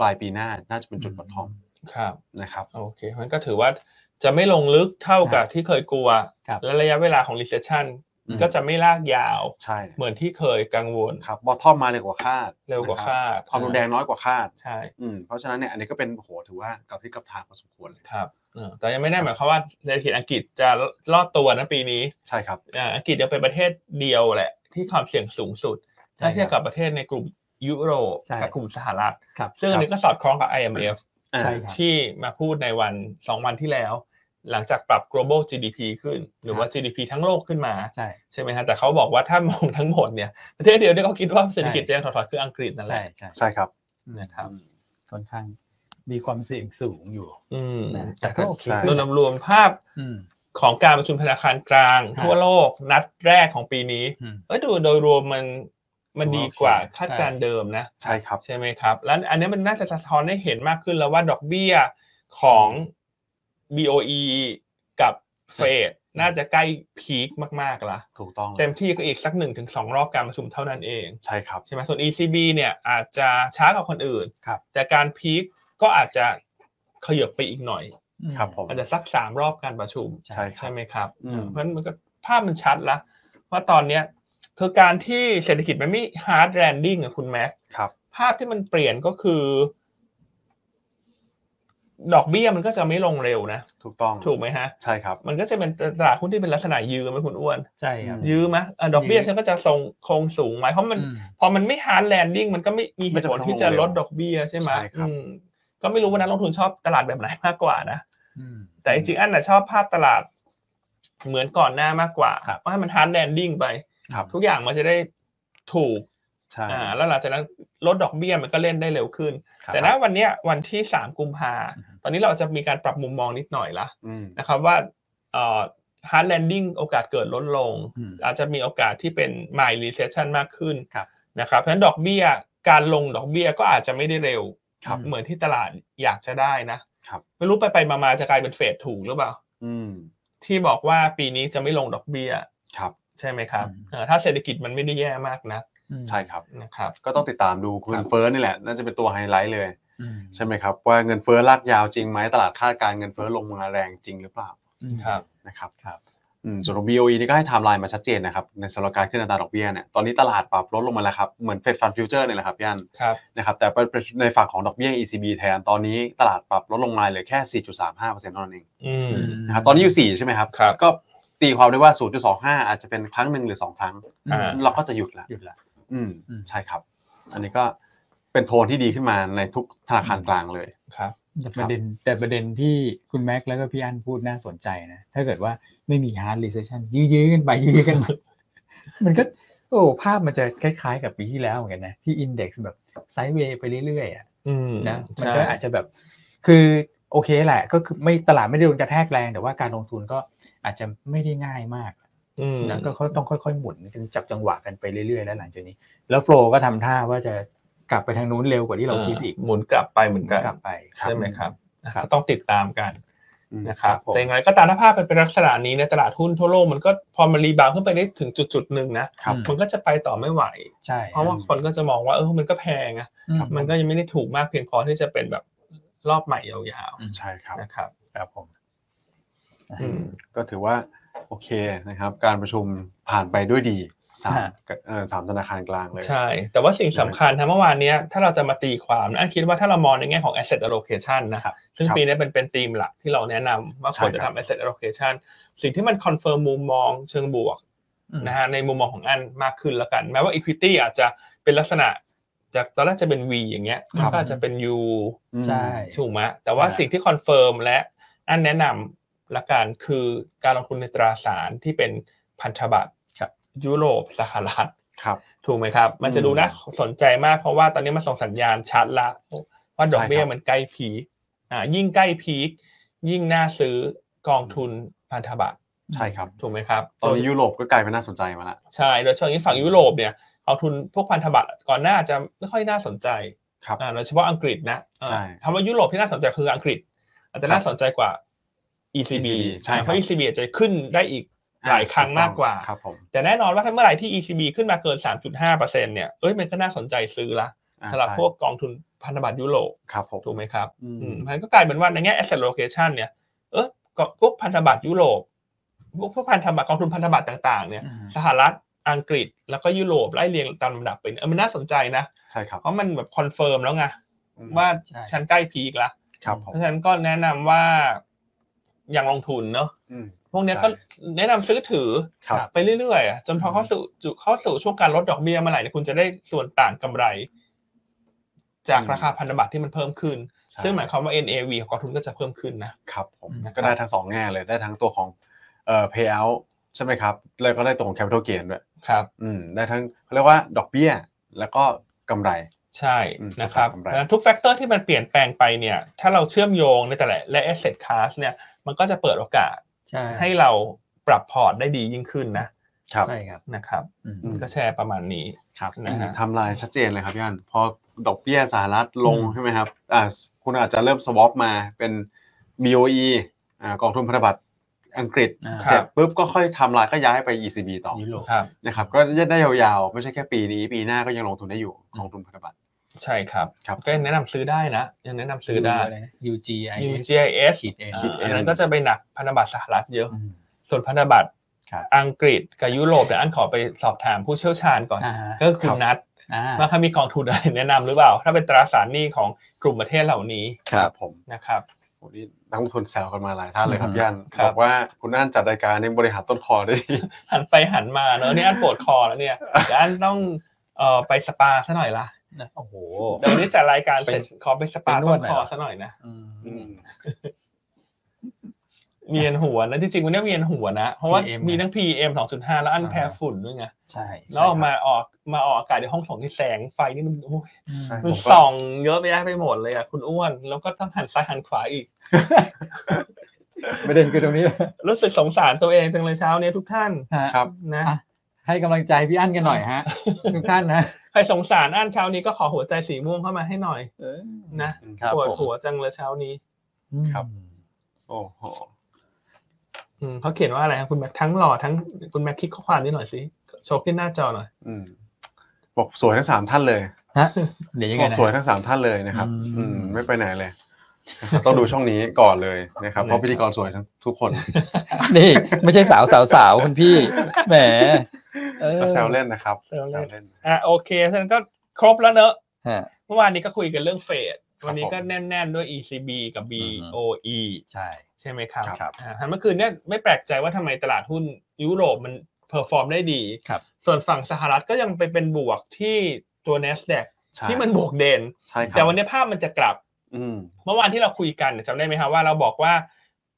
ปลายปีหน้าน่าจะเป็นจุด bottom ครับ นะครับ โอเคมันก็ถือว่าจะไม่ลงลึกเท่ากับที่เคยกลัว ครับ และระยะเวลาของ recession อืม ก็จะไม่ลากยาว ใช่ เหมือนที่เคยกังวล ครับ bottom มาเร็วกว่าคาด เร็วกว่า นะ คาด บความรุนแรงน้อยกว่าคาด ใช่ อืมเพราะฉะนั้นเนี่ยอันนี้ก็เป็นโอ้โหถือว่ากับที่กับทางพอสมควรเลย ครับเออแต่ยังไม่ได้หมายความว่าเศรษฐกิจอังกฤษจะรอดตัวนะปีนี้ ใช่ครับ อ่าอังกฤษจะเป็นประเทศเดียวแหละ ที่ความเสี่ยงสูงสุด ใช่ ถ้าเทียบกับประเทศในกลุ่มยุโรป ใช่ กับกลุ่มสหรัฐ ครับ ซึ่งอันนี้ก็สอดคล้องกับ IMF อ่า ใช่ครับ ที่มาพูดในวันสองวันที่แล้ว หลังจากปรับ global GDP ขึ้น หรือว่า GDP ทั้งโลกขึ้นมา ใช่ ใช่ไหมฮะแต่เขาบอกว่าถ้ามองทั้งหมดเนี่ยประเทศเดียวที่เขาคิดว่าเศรษฐกิจจะยังถดถอยคืออังกฤษนั่นแห ใช่ ละ ใช่ ใช่ครับ นะครับค่อนข้างมีความเสี่ยงสูงอยู่ อืม นะ แต่ก็ ก็โอเค โดยรวมๆภาพ อืม ของการประชุมธนาคารกลาง ครับ ทั่วโลกนัดแรกของปีนี้ อืม เอ้ยดูโดยรวมมันมันดีกว่า โอเค คาดการณ์เดิมนะ ใช่ครับ ใช่ไหมครับ แล้วอันนี้มันน่าจะสะท้อนให้เห็นมากขึ้นแล้วว่าดอกเบี้ยของ BOE กับเฟดน่าจะใกล้พีคมากๆละ ถูกต้องลย เต็มที่ก็อีกสักหนึ่งถึงสองรอบการประชุมเท่านั้นเอง ใช่ครับ ใช่ไหมส่วน ECB เนี่ยอาจจะช้ากว่าคนอื่น ครับ แต่การพีคก็อาจจะขยับไปอีกหน่อย ครับผม อาจจะสักสามรอบการประชุม ใช่ครับ ใช่ไหมครับ อืม เพราะฉะนั้นมันก็ภาพมันชัดละว่าตอนเนี้ยคือการที่เศรษฐกิจมันไม่ hard landing อะคุณแม็ก ครับ ภาพที่มันเปลี่ยนก็คือ ดอกเบี้ยมันก็จะไม่ลงเร็วนะ ถูกต้อง ถูกไหมฮะ ใช่ครับ มันก็จะเป็นตลาดหุ้นที่เป็นลักษณะยืมไหมคุณอ้วน ใช่ครับ ยืมไหมอ่ะดอกเบี้ย ยืม ฉันก็จะทรงคงสูงไหมเพราะมัน อืม พอมันไม่ฮาร์ดแลนดิ้งมันก็ไม่มีเหตุผลที่จะลดดอกเบี้ยใช่ไหม ใช่ครับ อืมก็ไม่รู้ว่านักลงทุนชอบตลาดแบบไหนมากกว่านะ อืม แต่จริงๆอันน่ะชอบภาพตลาดเหมือนก่อนหน้ามากกว่า ครับ ว่าให้มันฮาร์ดแลนดิ้งไป ครับ ทุกอย่างมันจะได้ถูก ใช่ อ่าแล้วหลังจากนั้นลดดอกเบี้ยมันก็เล่นได้เร็วขึ้น ครับ แต่ณวันเนี้ยวันที่สามกุมภา อือฮึ ตอนนี้เราจะมีการปรับมุมมองนิดหน่อยละ อืม นะครับว่าเอ่อฮาร์ดแลนดิ้งโอกาสเกิดลดลง อืม อาจจะมีโอกาสที่เป็น mild recession มากขึ้น ครับ นะครับ เพราะฉะนั้นดอกเบี้ยการลงดอกเบี้ยก็อาจจะไม่ได้เร็ว ครับ เหมือนที่ตลาดอยากจะได้นะครับ ไม่รู้ไปไปมามาจะกลายเป็นเฟดถูกหรือเปล่า อืม ที่บอกว่าปีนี้จะไม่ลงดอกเบี้ย ครับ ใช่ไหมครับ อืม เออถ้าเศรษฐกิจมันไม่ได้แย่มากนะ อืม ใช่ครับ นะครับ ก็ต้องติดตามดูเงินเฟ้อนี่แหละ น่าจะเป็นตัวไฮไลท์เลย อืม ใช่ไหมครับ ว่าเงินเฟ้อลากยาวจริงไหมตลาดคาดการณ์เงินเฟ้อลงมาแรงจริงหรือเปล่า อืม ครับ นะครับ ครับ อืมส่วนของ BOE นี่ก็ให้ไทม์ไลน์มาชัดเจนนะครับในสำหรับการขึ้นอัตราดอกเบี้ยเนี่ยตอนนี้ตลาดปรับลดลงมาแล้วครับเหมือนเฟดฟันฟิวเจอร์เนี่ยแหละครับย่าน ครับ นะครับแต่เป็นในฝั่งของดอกเบี้ย ECB แทนตอนนี้ตลาดปรับลดลงมาเหลือแค่ 4.35%เท่านั้นเอง อืม นะครับตอนนี้อยู่ 4 ใช่ไหมครับ ครับ ก็ตีความได้ว่า 0.25 อาจจะเป็นครั้งหนึ่งหรือสองครั้ง อืม อ่า เราก็จะหยุดละ หยุดละ อืม อืม ใช่ครับ อันนี้ก็เป็นโทนที่ดีขึ้นมาในทุกธนาคารกลางเลย ครับ แต่ประเด็นแต่ประเด็นที่คุณแม็กซ์แล้วก็พี่อันพูดน่าสนใจนะ ถ้าเกิดว่าไม่มี hard recession ยื้อๆกันไป ยื้อๆกันมา มันก็ โอ้ภาพมันจะคล้ายๆกับปีที่แล้วเหมือนกันนะ ที่ index แบบไซด์เวย์ไปเรื่อยๆอะ อืม นะมัน ใช่ ก็อาจจะแบบ คือโอเคแหละ ก็คือไม่ตลาดไม่ได้โดนกระแทกแรง แต่ว่าการลงทุนก็อาจจะไม่ได้ง่ายมาก อืม นะก็ค่อยต้องค่อยๆหมุนกันจับจังหวะกันไปเรื่อยๆ แล้วหลังจากนี้ แล้วโฟลก็ทำท่าว่าจะกลับไปทางนู้นเร็วกว่าที่เราคิดอีก เหมุนกลับไปเหมือนกัน กลับไป ใช่ไหมครับ ครับ ก็ต้องติดตามกันนะครับ ผม แต่อย่างไรก็ตามถ้าภาพมันเป็นลักษณะนี้ในยตลาดหุ้นทั่วโลกมันก็พอมันรีบาวด์ขึ้นไปได้ถึงจุดจุดๆหนึ่งนะครับ มันก็จะไปต่อไม่ไหว ใช่ เพราะว่าคนก็จะมองว่าเออมันก็แพงอะ อื มันก็ยังไม่ได้ถูกมากเพียงพอที่จะเป็นแบบรอบใหม่ยาว ใช่ครับ ๆนะครับ ครับผม อืม ก็ถือว่าโอเคนะครับ การประชุมผ่านไปด้วยดีสาม ฮะ เอ่อสามธนาคารกลางเลย ใช่ แต่ว่าสิ่งสำคัญนะเมื่อวานเนี้ยถ้าเราจะมาตีความนะอันคิดว่าถ้าเรามองในแง่ของ asset allocation นะ ค ค รั รั บบ ซึ่ง ครับ ปีนี้เป็นเป็นธีมหลักที่เราแนะนำว่าควรจะ ใช่ครับ ทำ asset allocation สิ่งที่มันคอนเฟิร์มมุมมองเชิงบวกนะฮะในมุมมองของอันมากขึ้นแล้วกัน แม้ว่า equity อาจจะเป็นลักษณะจากตอนแรกจะเป็น V อย่างเงี้ย คมัรัน บ ก็อาจจะเป็น U อืม ใช่ ถูกไหมแต่ว่า ใช่ สิ่งที่คอนเฟิร์มและอันแนะนำละกันคือการลงทุนในตราสารที่เป็นพันธบัตรยุโรปสหรัฐ ครับ ถูกไหมครับ มันจะดูน่าสนใจมากเพราะว่าตอนนี้มันส่งสัญญาณชัดละว่าดอกเบี้ย ใช่ครับ มันใกล้พีคอ่ายิ่งใกล้พีคยิ่งน่าซื้อกองทุนพันธบัตร ใช่ครับ ถูกไหมครับ ตอนนี้ยุโรปก็กลายเป็นน่าสนใจมาละ ใช่โดยเฉพาะอย่างยิ่งฝั่งยุโรปเนี่ยเอาทุนพวกพันธบัตรก่อนหน้าจะไม่ค่อยน่าสนใจ ครับ อ่าโดยเฉพาะอังกฤษนะอ่า ใช่ คำว่ายุโรปที่น่าสนใจคืออังกฤษ อาจจะน่าสนใจกว่า ECB ใช่ครับ เพราะ ECB อาจจะขึ้นได้อีก หลายครั้งมากกว่า ครับผม แต่แน่นอนว่าถ้าเมื่อไหร่ที่ ECB ขึ้นมาเกิน 3.5%เนี่ยเอ้ยมันก็น่าสนใจซื้อละ อ่า สำหรับ ใช่ พวกกองทุนพันธบัตรยุโรป ครับผม ถูกไหมครับ อื อืม ม มันก็กลายเป็นว่าในแง่ asset allocation เนี่ยเออก็พวกพันธบัตรยุโรปพวกพวกพันธบัตรกองทุนพันธบัตรต่างๆเนี่ย อืม สหรัฐอังกฤษแล้วก็ยุโรปไล่เรียงตามลำดับไปเนี่ยเออมันน่าสนใจนะ ใช่ครับ เพราะมันแบบคอนเฟิร์มแล้วไงว่า ใช่ ฉันใกล้พีกละ ครับผ เพ ม ราะฉะนั้นก็แนะนำว่าอย่างลงทุนเนอะ อืม พวกเนี้ยก็ ใช่ แนะนำซื้อถือ ครับ ไปเรื่อยๆอะจนพอเข้าสู่จุเข้าสู่ช่วงการลดดอกเบี้ยเมื่อไหร่เนี่ยคุณจะได้ส่วนต่างกำไร จาก อืม ราคาพันธบัตรที่มันเพิ่มขึ้น ใช่ ซึ่งหมายความว่า NAV ของกองทุนก็จะเพิ่มขึ้นนะ ครับผม อืม ก็ได้ทั้งสองแง่เลยได้ทั้งตัวของเอ่อ payout ใช่ไหมครับ แล้วก็ได้ตัวของ capital gain ด้วย ครับ อืมได้ทั้งเขาเรียกว่าดอกเบี้ย แล้วก็กำไร ใช่ อืม นะครับ กำเพไรราะฉะนั้นทุกแฟกเตอร์ที่มันเปลี่ยนแปลงไปเนี่ย ถ้าเราเชื่อมโยงในแต่ละและ asset class เนี่ย มันก็จะเปิดโอกาส ใช่ ให้เราปรับพอร์ตได้ดียิ่งขึ้นนะครับ ใช่ครับ นะครับ อืม อืม ก็แชร์ประมาณนี้ ครับ นะฮะ ทำลายชัดเจนเลยครับพี่อันพอดอกเบี้ยสหรัฐลง อืม ใช่ไหมครับอ่าคุณอาจจะเริ่ม swap มาเป็น BOE อ่ากองทุนพันธบัตรอังกฤษ อ่า ค เส รั ร็ บ จปุ๊บก็ค่อยทำลายก็ย้ายไป ECB ต่อ ยุโรป ครับ นะครับก็จะได้ยาวๆ ไม่ใช่แค่ปีนี้ ปีหน้าก็ยังลงทุนได้อยู่กองทุนพันธบัตร ใช่ครับ ครับ ก็ยังแนะนำซื้อได้นะ ยังแนะนำซื้อได้ ะรนะ UGI UGIS ขีดเอ็น อ่า ขีด M อันนั้นก็จะไปหนักพันธบัตรสหรัฐเยอะ อืม ส่วนพันธบัตร ครับ อังกฤษกับยุโรปเดี๋ยวอันขอไปสอบถามผู้เชี่ยวชาญก่อน อ่าฮะ ก็คือคุณนัท อ่า ว่าเขามีกองทุนอะไรแนะนำหรือเปล่า ถ้าเป็นตราสารหนี้ของกลุ่มประเทศเหล่านี้ ครับผม นะครับ โอ้นี่นักลงทุนแซวกันมาหลายท่านเลยครับ อืม พี่อัน ครับ บอกว่าคุณอันจัดรายการในบริหารต้นคอได้ดี หันไปหันมาเนอะ นี่อันปวดคอแล้วเนี่ยเดี๋ยวอันต้องเอ่อไปสปาซะหน่อยละ โอ้โห เดี๋ยววันนี้จัดรายการเสร็จ ไป ขอไปสปา ไปน ต้ วด น หน่ ค ออยเหรอ ซะหน่อยนะ อืม เวียนหัวนะจริงๆวันนี้เวียนหัวนะเพราะว่า PM มีทั้ง PM 2.5 แล้วอัน อ่า แพ้ฝุ่นด้วยไง ใช่ แล้วออกมาออกมาออกอากาศในห้องส่งที่แสงไฟนี่มันโอ้ย อืม ใช่ มัน ผมก็ ส่องเยอะไปได้ไปหมดเลยอ่ะคุณอ้วน แล้วก็ต้องหันซ้ายหันขวาอีก ประเด็นคือตรงนี้แหละ รู้สึกสงสารตัวเองจังเลยเช้านี้ทุกท่าน ฮะ ครับ นะ อ่ะ ให้กำลังใจพี่อั้นกันหน่อยฮะ ทุกท่านนะ ใครสงสารอ่านเช้านี้ก็ขอหัวใจสีม่วงเข้ามาให้หน่อยนะ ครั ปวด ผม หัวจังเลยเช้านี้ ครับ โอ้โห อืมเขาเขียนว่าอะไรครับคุณแม็กทั้งหล่อทั้งคุณแม็กคลิกข้อความนี้หน่อยสิโชว์ขึ้นหน้าจอหน่อย อืมบอกสวยทั้งสามท่านเลย ฮะเดี๋ยวยัง บ ไง อก นะ สวยทั้งสามท่านเลยนะครับ อืม อืมไม่ไปไหนเลย นะครับต้องดูช่องนี้ก่อนเลยนะครับเพราะพิธีกรสวยทั้งทุกคน นี่ ไม่ใช่สาวสาวสาวคุณ พี่แหมเออ ก็แซวเล่นนะครับ แซวเล่น เล่น อ่ะโอเคฉะนั้นก็ครบแล้วเนอะ ฮะ เมื่อวานนี้ก็คุยกันเรื่องเฟดวันนี้ ผม ก็แน่น ๆ ด้วย ECB กับ BOE ใช่ ใช่ไหมครับ ครับ อ่าเมื่อคืนเนี่ยไม่แปลกใจว่าทำไมตลาดหุ้นยุโรปมันเพอร์ฟอร์มได้ดี ครับ ส่วนฝั่งสหรัฐก็ยังไปเป็นบวกที่ตัว NASDAQ ใช่ ที่มันบวกเด่น ใช่ครับ แต่วันนี้ภาพมันจะกลับ อืม เมื่อวานที่เราคุยกันเนี่ยจำได้ไหมครับว่าเราบอกว่า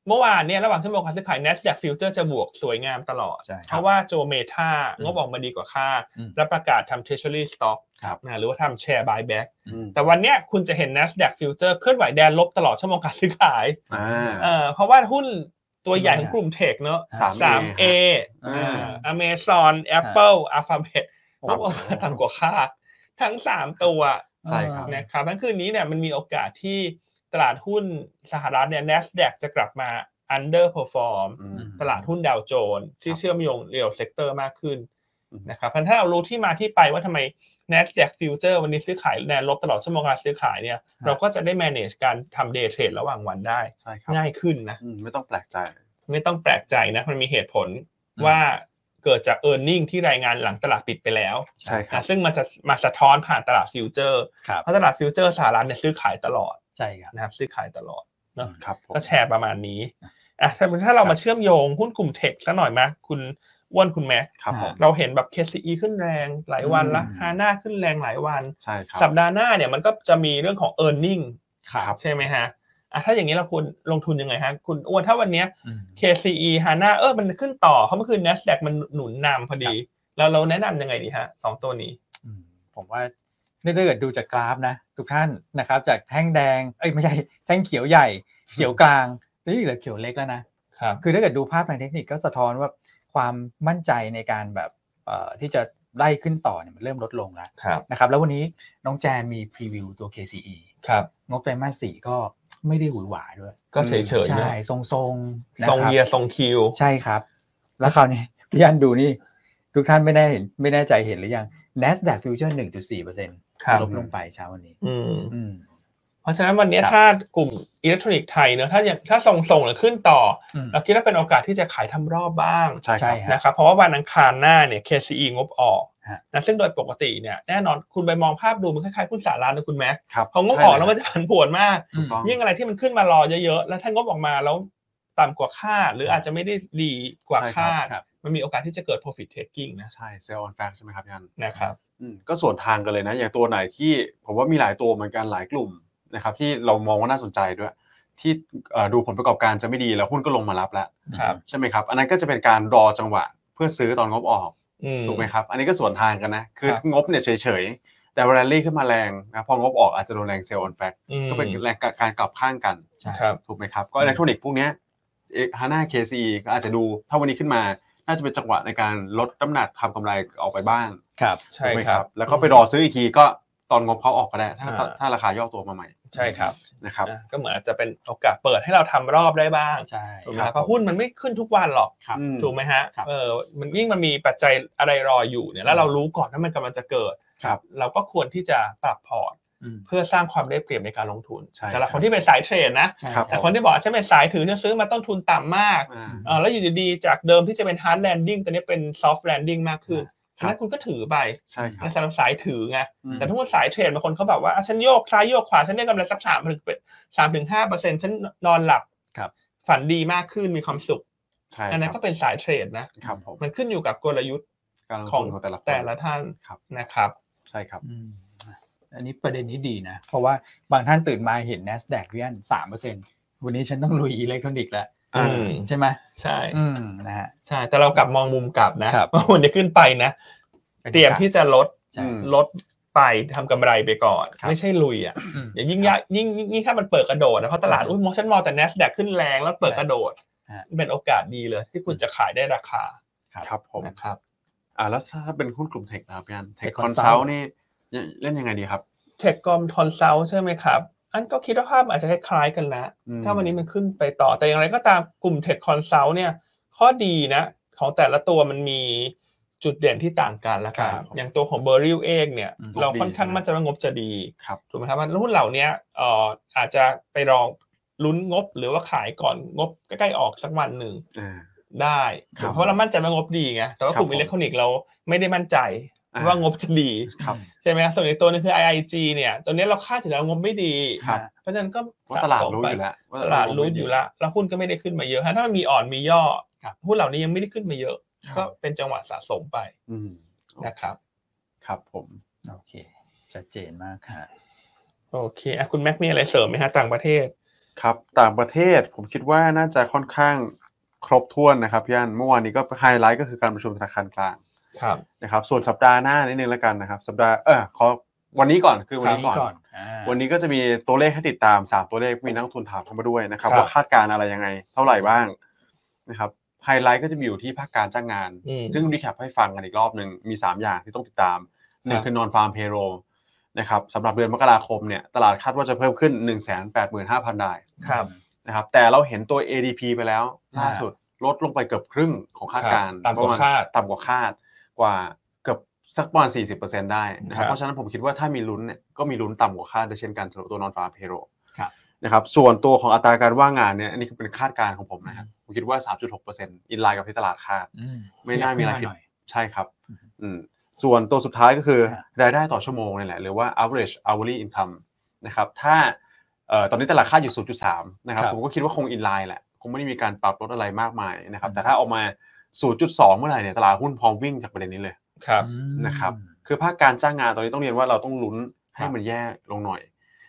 เมื่อวานเนี่ยระหว่างชั่วโมงการซื้อขาย NASDAQ Future จะบวกสวยงามตลอด ใช่ครับ เพราะว่าโจเมธา อืม งบออกมาดีกว่าคาด อืม และประกาศทำ Treasury Stock ครับ นะหรือว่าทำ Share Buyback อืม แต่วันเนี้ยคุณจะเห็น NASDAQ Future เคลื่อนไหวแดนลบตลอดชั่วโมงการซื้อขาย อ่า เอ่อเพราะว่าหุ้นตัวใหญ่ของกลุ่มเทคเนอะ สาม สาม A อ่า อเมซอนแอปเปิลอัลฟาเบตต้องออกมาต่ำกว่าคาดทั้งสามตัว ใช่ครับ นะครับทั้งคืนนี้เนี่ยมันมีโอกาสที่ตลาดหุ้นสหรัฐเนี่ย NASDAQ จะกลับมา underperform อืม ตลาดหุ้นดาวโจนส์ที่ ครับ เชื่อมโยงเรียลเซกเตอร์มากขึ้น อืม นะครับเพราะฉะนั้นถ้าเรารู้ที่มาที่ไปว่าทำไม NASDAQ Future วันนี้ซื้อขายแนวลบตลอดชั่วโมงการซื้อขายเนี่ยเราก็จะได้ manage การทำ day trade ระหว่างวันได้ ใช่ครับ ง่ายขึ้นนะ อืมไม่ต้องแปลกใจ ไม่ต้องแปลกใจนะ มันมีเหตุผล อืม ว่าเกิดจาก e a r n i n g ที่รายงานหลังตลาดปิดไปแล้ว ใช่ครับ นะซึ่งมันจะมาสะท้อนผ่านตลาดฟิวเจอร์ ครับ เพราะตลาดฟิวเจอร์สหรัฐเนี่ยซื้อขายตลอด ใช่ครับ นะครับ ซื้อขายตลอด เนอะ ครับผม ก็แชร์ประมาณนี้อ่ะถ้าถ้าเรา ครับ มาเชื่อมโยงหุ้นกลุ่มเทคซะหน่อยไหมคุณอ้วนคุณแม็ก ครับผม เราเห็นแบบ KCE ขึ้นแรงหลายวันละ อืม ฮาน่าขึ้นแรงหลายวัน ใช่ครับ สัปดาห์หน้าเนี่ยมันก็จะมีเรื่องของ e a r n i n g ครับ ใช่ไหมฮะอ่ะถ้าอย่างนี้เราควรลงทุนยังไงฮะคุณอ้วนถ้าวันเนี้ย อืม KCE ฮาน่าเออมันขึ้นต่อเพราะเมื่อคืน NASDAQ มันหนุนนำพอดี แล้วเราแนะนำยังไงดีฮะสองตัวนี้ อืมผมว่านี่ถ้าเกิดดูจากกราฟนะ ทุกท่านนะครับ จากแท่งแดงเอ้ยไม่ใช่แท่งเขียวใหญ่ เขียวกลางเฮ้ยเหลือเขียวเล็กแล้วนะ ครับ คือถ้าเกิดดูภาพในเทคนิคก็สะท้อนว่าความมั่นใจในการแบบเอ่อที่จะไล่ขึ้นต่อเนี่ยมันเริ่มลดลงแล้ว ครับ นะครับ แล้ววันนี้น้องแจนมีพรีวิวตัว KCE ครับ งบไตรมาสสี่ก็ ไม่ได้หวือหวาด้วย ก็เฉยเฉยๆ ใช่ นะ ทรงๆนะ ทรง คบ เยียร์ทรงคิว ใช่ครับ แล้วคราวนี้ พี่อันดูนี่ ทุกท่านไม่แน่เห็นไม่แน่ใจเห็นหรือยัง NASDAQ Future 1.4เปอร์เซ็นต์ ครับ ลบลงไปเช้าวันนี้ อืม อืม เพราะฉะนั้นวันนี้ ครับ ถ้ากลุ่มอิเล็กทรอนิกส์ไทยเนอะถ้ายังถ้าส่งส่งหรือขึ้นต่อ อืม เราคิดว่าเป็นโอกาสที่จะขายทำรอบบ้าง ใช่ครับ ใช่ฮะ นะครับเพราะว่าวันอังคารหน้าเนี่ย KCE งบออก ฮะ นะซึ่งโดยปกติเนี่ยแน่นอนคุณไปมองภาพดูมันคล้ายๆหุ้นสารานะคุณแม็ก ครับ พองบออกแล้วมันจะผันผวนมาก ถูกต้อง ยิ่งอะไรที่มันขึ้นมารอเยอะๆ แล้วถ้างบออกมาแล้วต่ำกว่าคาดหรืออาจจะไม่ได้ดีกว่า ใช่ครับ คาด ครับ มันมีโอกาสที่จะเกิด profit taking นะ ใช่เซลล์ออนแฟกใช่ไหมครับพี่อัน นะครับ อืมก็ส่วนทางกันเลยนะ อย่างตัวไหนที่ผมว่ามีหลายตัวเหมือนกันหลายกลุ่มนะครับที่เรามองว่าน่าสนใจด้วย ที่เอ่อดูผลประกอบการจะไม่ดีแล้วหุ้นก็ลงมารับแล้ว ครับ ใช่ไหมครับ อันนั้นก็จะเป็นการรอจังหวะเพื่อซื้อตอนงบออก อืม ถูกไหมครับ อันนี้ก็ส่วนทางกันนะ คือ ครับ งบเนี่ยเฉยๆ แต่เวลาเลี่ขึ้นมาแรงนะพองบออกอาจจะโดนแรงเซลล์ออนแฟก อืม ก็เป็นแรงการกลับข้างกัน ใช่ ครับ ถูกไหมครับ ก็อิเล็กทรอนิกส์พวกเนี้ยฮาน่าเคซีก็อาจจะดูถ้าวันนี้ขึ้นมาน่าจะเป็นจังหวะในการลดน้ำหนักทำกำไรออกไปบ้าง ครับ ใช่ ถูกไหม ค ค รั รับ บแล้วก็ไปรอซื้ออีกทีก็ตอนงบเขาออกก็ได้ ถ้า อ่า ถ้าราคาย่อตัวมาใหม่ ใช่ครับ นะครับ นะก็เหมือนอาจจะเป็นโอกาสเปิดให้เราทำรอบได้บ้าง ใช่ ถูกไหมครับเพราะหุ้นมันไม่ขึ้นทุกวันหรอก อืม ถูกไหมฮะ ครับ เออ มันยิ่งมันมีปัจจัยอะไรรออยู่เนี่ย แล้วเรารู้ก่อนว่ามันกำลังจะเกิด ครับ เราก็ควรที่จะปรับพอร์ต อืม เพื่อสร้างความได้เปรียบในการลงทุน ใช่ สำหรับ ค ครับ นที่เป็นสายเทรดนะ ใช่ ครับ แต่คนที่บอกฉันเป็นสายถือจะซื้อมาต้นทุนต่ำมาก อ่า เออแล้วอยู่ดีๆจากเดิมที่จะเป็นฮาร์ดแลนดิ้งตอนนี้เป็นซอฟต์แลนดิ้งมากขึ้น ครับ ฉะนั้นคุณก็ถือไป ใช่ครับ นะสำหรับสายถือไง อืม แต่ถ้าว่าสายเทรดบางคนเขาแบบว่าอ่ะฉันโยกซ้ายโยกขวา ฉันได้กำไรสักสามถึงสามถึงห้าเปอร์เซ็นต์ฉันนอนหลับ ครับ ฝันดีมากขึ้นมีความสุข ใช่ อันนั้น ค ก็ รับ เป็นสายเทรดนะ ครับผม มันขึ้นอยู่กับกลยุทธ์ การลง ของ ทุนของแต่ละคน แต่ละท่าน ครับ นะครับ ใช่ครับ อืมอันนี้ประเด็นนี้ดีนะ เพราะว่าบางท่านตื่นมาเห็น NASDAQ พี่อันสามเปอร์เซ็นต์วันนี้ฉันต้องลุยอิเล็กทรอนิกส์แล้ว อืม ใช่ไหม ใช่ อืมนะฮะ ใช่ แต่เรากลับมองมุมกลับนะครับ ว่าวันจะขึ้นไปนะ เตรียมที่จะลด ใช่ อืม ลดไปทำกำไรไปก่อน ครับ ไม่ใช่ลุยอ่ะ อืม อย่ายิ่งยากยิ่งยิ่งยิ่งถ้ามันเปิดกระโดดนะเพราะตลาดอุ้ยมองฉันมองแต่ NASDAQ ขึ้นแรงแล้วเปิดกระโดด ฮะ เป็นโอกาสดีเลย ที่คุณจะขายได้ราคา ครับผม นะครับ อ่าแล้วถ้าเป็นหุ้นกลุ่มเทคนะครับพี่อันเทค Tech คอน Consult ซัลท์นี่เล่นยังไงดีครับ เทคกอมทอนเซาใช่ไหมครับ อันก็คิดว่าภาพมันอาจจะคล้ายๆกันนะ อืม ถ้าวันนี้มันขึ้นไปต่อแต่อย่างไรก็ตามกลุ่มเทคคอนซัลท์เนี่ย ข้อดีนะ ของแต่ละตัวมันมีจุดเด่นที่ต่างกันละกัน ครับผม อย่างตัวของเบอร์ริลเองเนี่ย อืม เราค่อนข้างมั่นใจว่างบจะดี ครับ ถูกไหมครับว่าหุ้นเหล่าเนี้ยเอ่ออาจจะไปรองลุ้นงบหรือว่าขายก่อนงบใกล้ๆออกสักวันหนึ่ง อ่า ได้ ครับ เพราะเรามั่นใจว่างบดีไงแต่ว่ากลุ่ม ครับผม อิเล็กทรอนิกส์เราไม่ได้มั่นใจ อ่า ว่างบจะดี ครับ ใช่ไหมครับส่วนอีกตัวหนึงคือ IIG เนี่ย ตัวนี้เราคาดถึงแล้วงบไม่ดี ครับ เพราะฉะนั้นก็ ว่าะตลาดรู้อยู่แล้วว่ ตลาดรู้อยู่แล้ว แล้วหุ้นก็ไม่ได้ขึ้นมาเยอะฮะถ้ามันมีอ่อนมีย่อ ครับ หุ้นเหล่านี้ยังไม่ได้ขึ้นมาเยอะ ค ก็ รับ เป็นจังหวะสะสมไป อืม นะครับ ครับผม โอเคชัดเจนมากค่ะ โอเคอ่ะคุณแม็กมีอะไรเสริมไหมฮะต่างประเทศ ครับต่างประเทศผมคิดว่าน่าจะค่อนข้างครบถ้วนนะครับพี่อันเมื่อวานนี้ก็ไฮไลท์ก็คือการประชุมธนาคารกลาง ครับ นะครับส่วนสัปดาห์หน้านิดนึงแล้วกันนะครับสัปดาห์เออขอวันนี้ก่อนคือวันนี้ก่อน วันนี้ก็จะมีตัวเลขให้ติดตาม 3 ตัวเลขมีนักลงทุนถามเข้ามาด้วยนะครับ ครับ ว่าคาดการณ์อะไรยังไง เท่าไหร่บ้างนะครับไฮไลท์ก็จะมีอยู่ที่ภาคการจ้างงาน อืม ซึ่งรีแคปให้ฟังกันอีกรอบหนึ่งมี 3 อย่างที่ต้องติดตามหนึ่ ครั ง บ คือนอนฟาร์มเพโรนะครับสำหรับเดือนมกราคมเนี่ยตลาดคาดว่าจะเพิ่มขึ้น 1 8 5 0 0 0ราย ครับ นะครับแต่เราเห็นตัว ADP ไปแล้ว อ่า ล่าสุดลดลงไปเกือบครึ่งของคาดการณ์ ครับต่ำกว่า ประมณ คาด ต่ำกว่าคาดกว่าเกือบสักประมาณ40%ได้นะค ครั รับบ เพราะฉะนั้นผมคิดว่าถ้ามีลุ้นเนี่ยก็มีลุ้นต่ำกว่าคาดด้วยเช่นกันสำหรับตัวนอนฟาเพโร ครับ นะครับส่วนตัวของอัตราการว่างงานเนี่ยอันนี้คือเป็นคาดการณ์ของผมนะครับผมคิดว่า 3.6%อินไลน์กับที่ตลาดคาด อื ไม่น่ามีอะไร ขึ้ ผิด หน่อย ใช่ครับ อืม อืมส่วนตัวสุดท้ายก็คือ ฮะ รายได้ต่อชั่วโมงนี่แหละหรือว่า average hourly income นะครับถ้าเอ่อตอนนี้ตลาดคาดอยู่ 0.3 นะครับ ครับ ผมก็คิดว่าคงอินไลน์แหละ คงไม่ได้มีการปรับลดอะไรมากมายนะครับแต่ถ้าออกมา 0.2 เมื่อไหร่เนี่ยตลาดหุ้นพร้อมวิ่งจากประเด็นนี้เลย ครับ อืม นะครับ คือภาคการจ้างงานตอนนี้ต้องเรียนว่าเราต้องลุ้นให้ ครับ มันแย่ลงหน่อย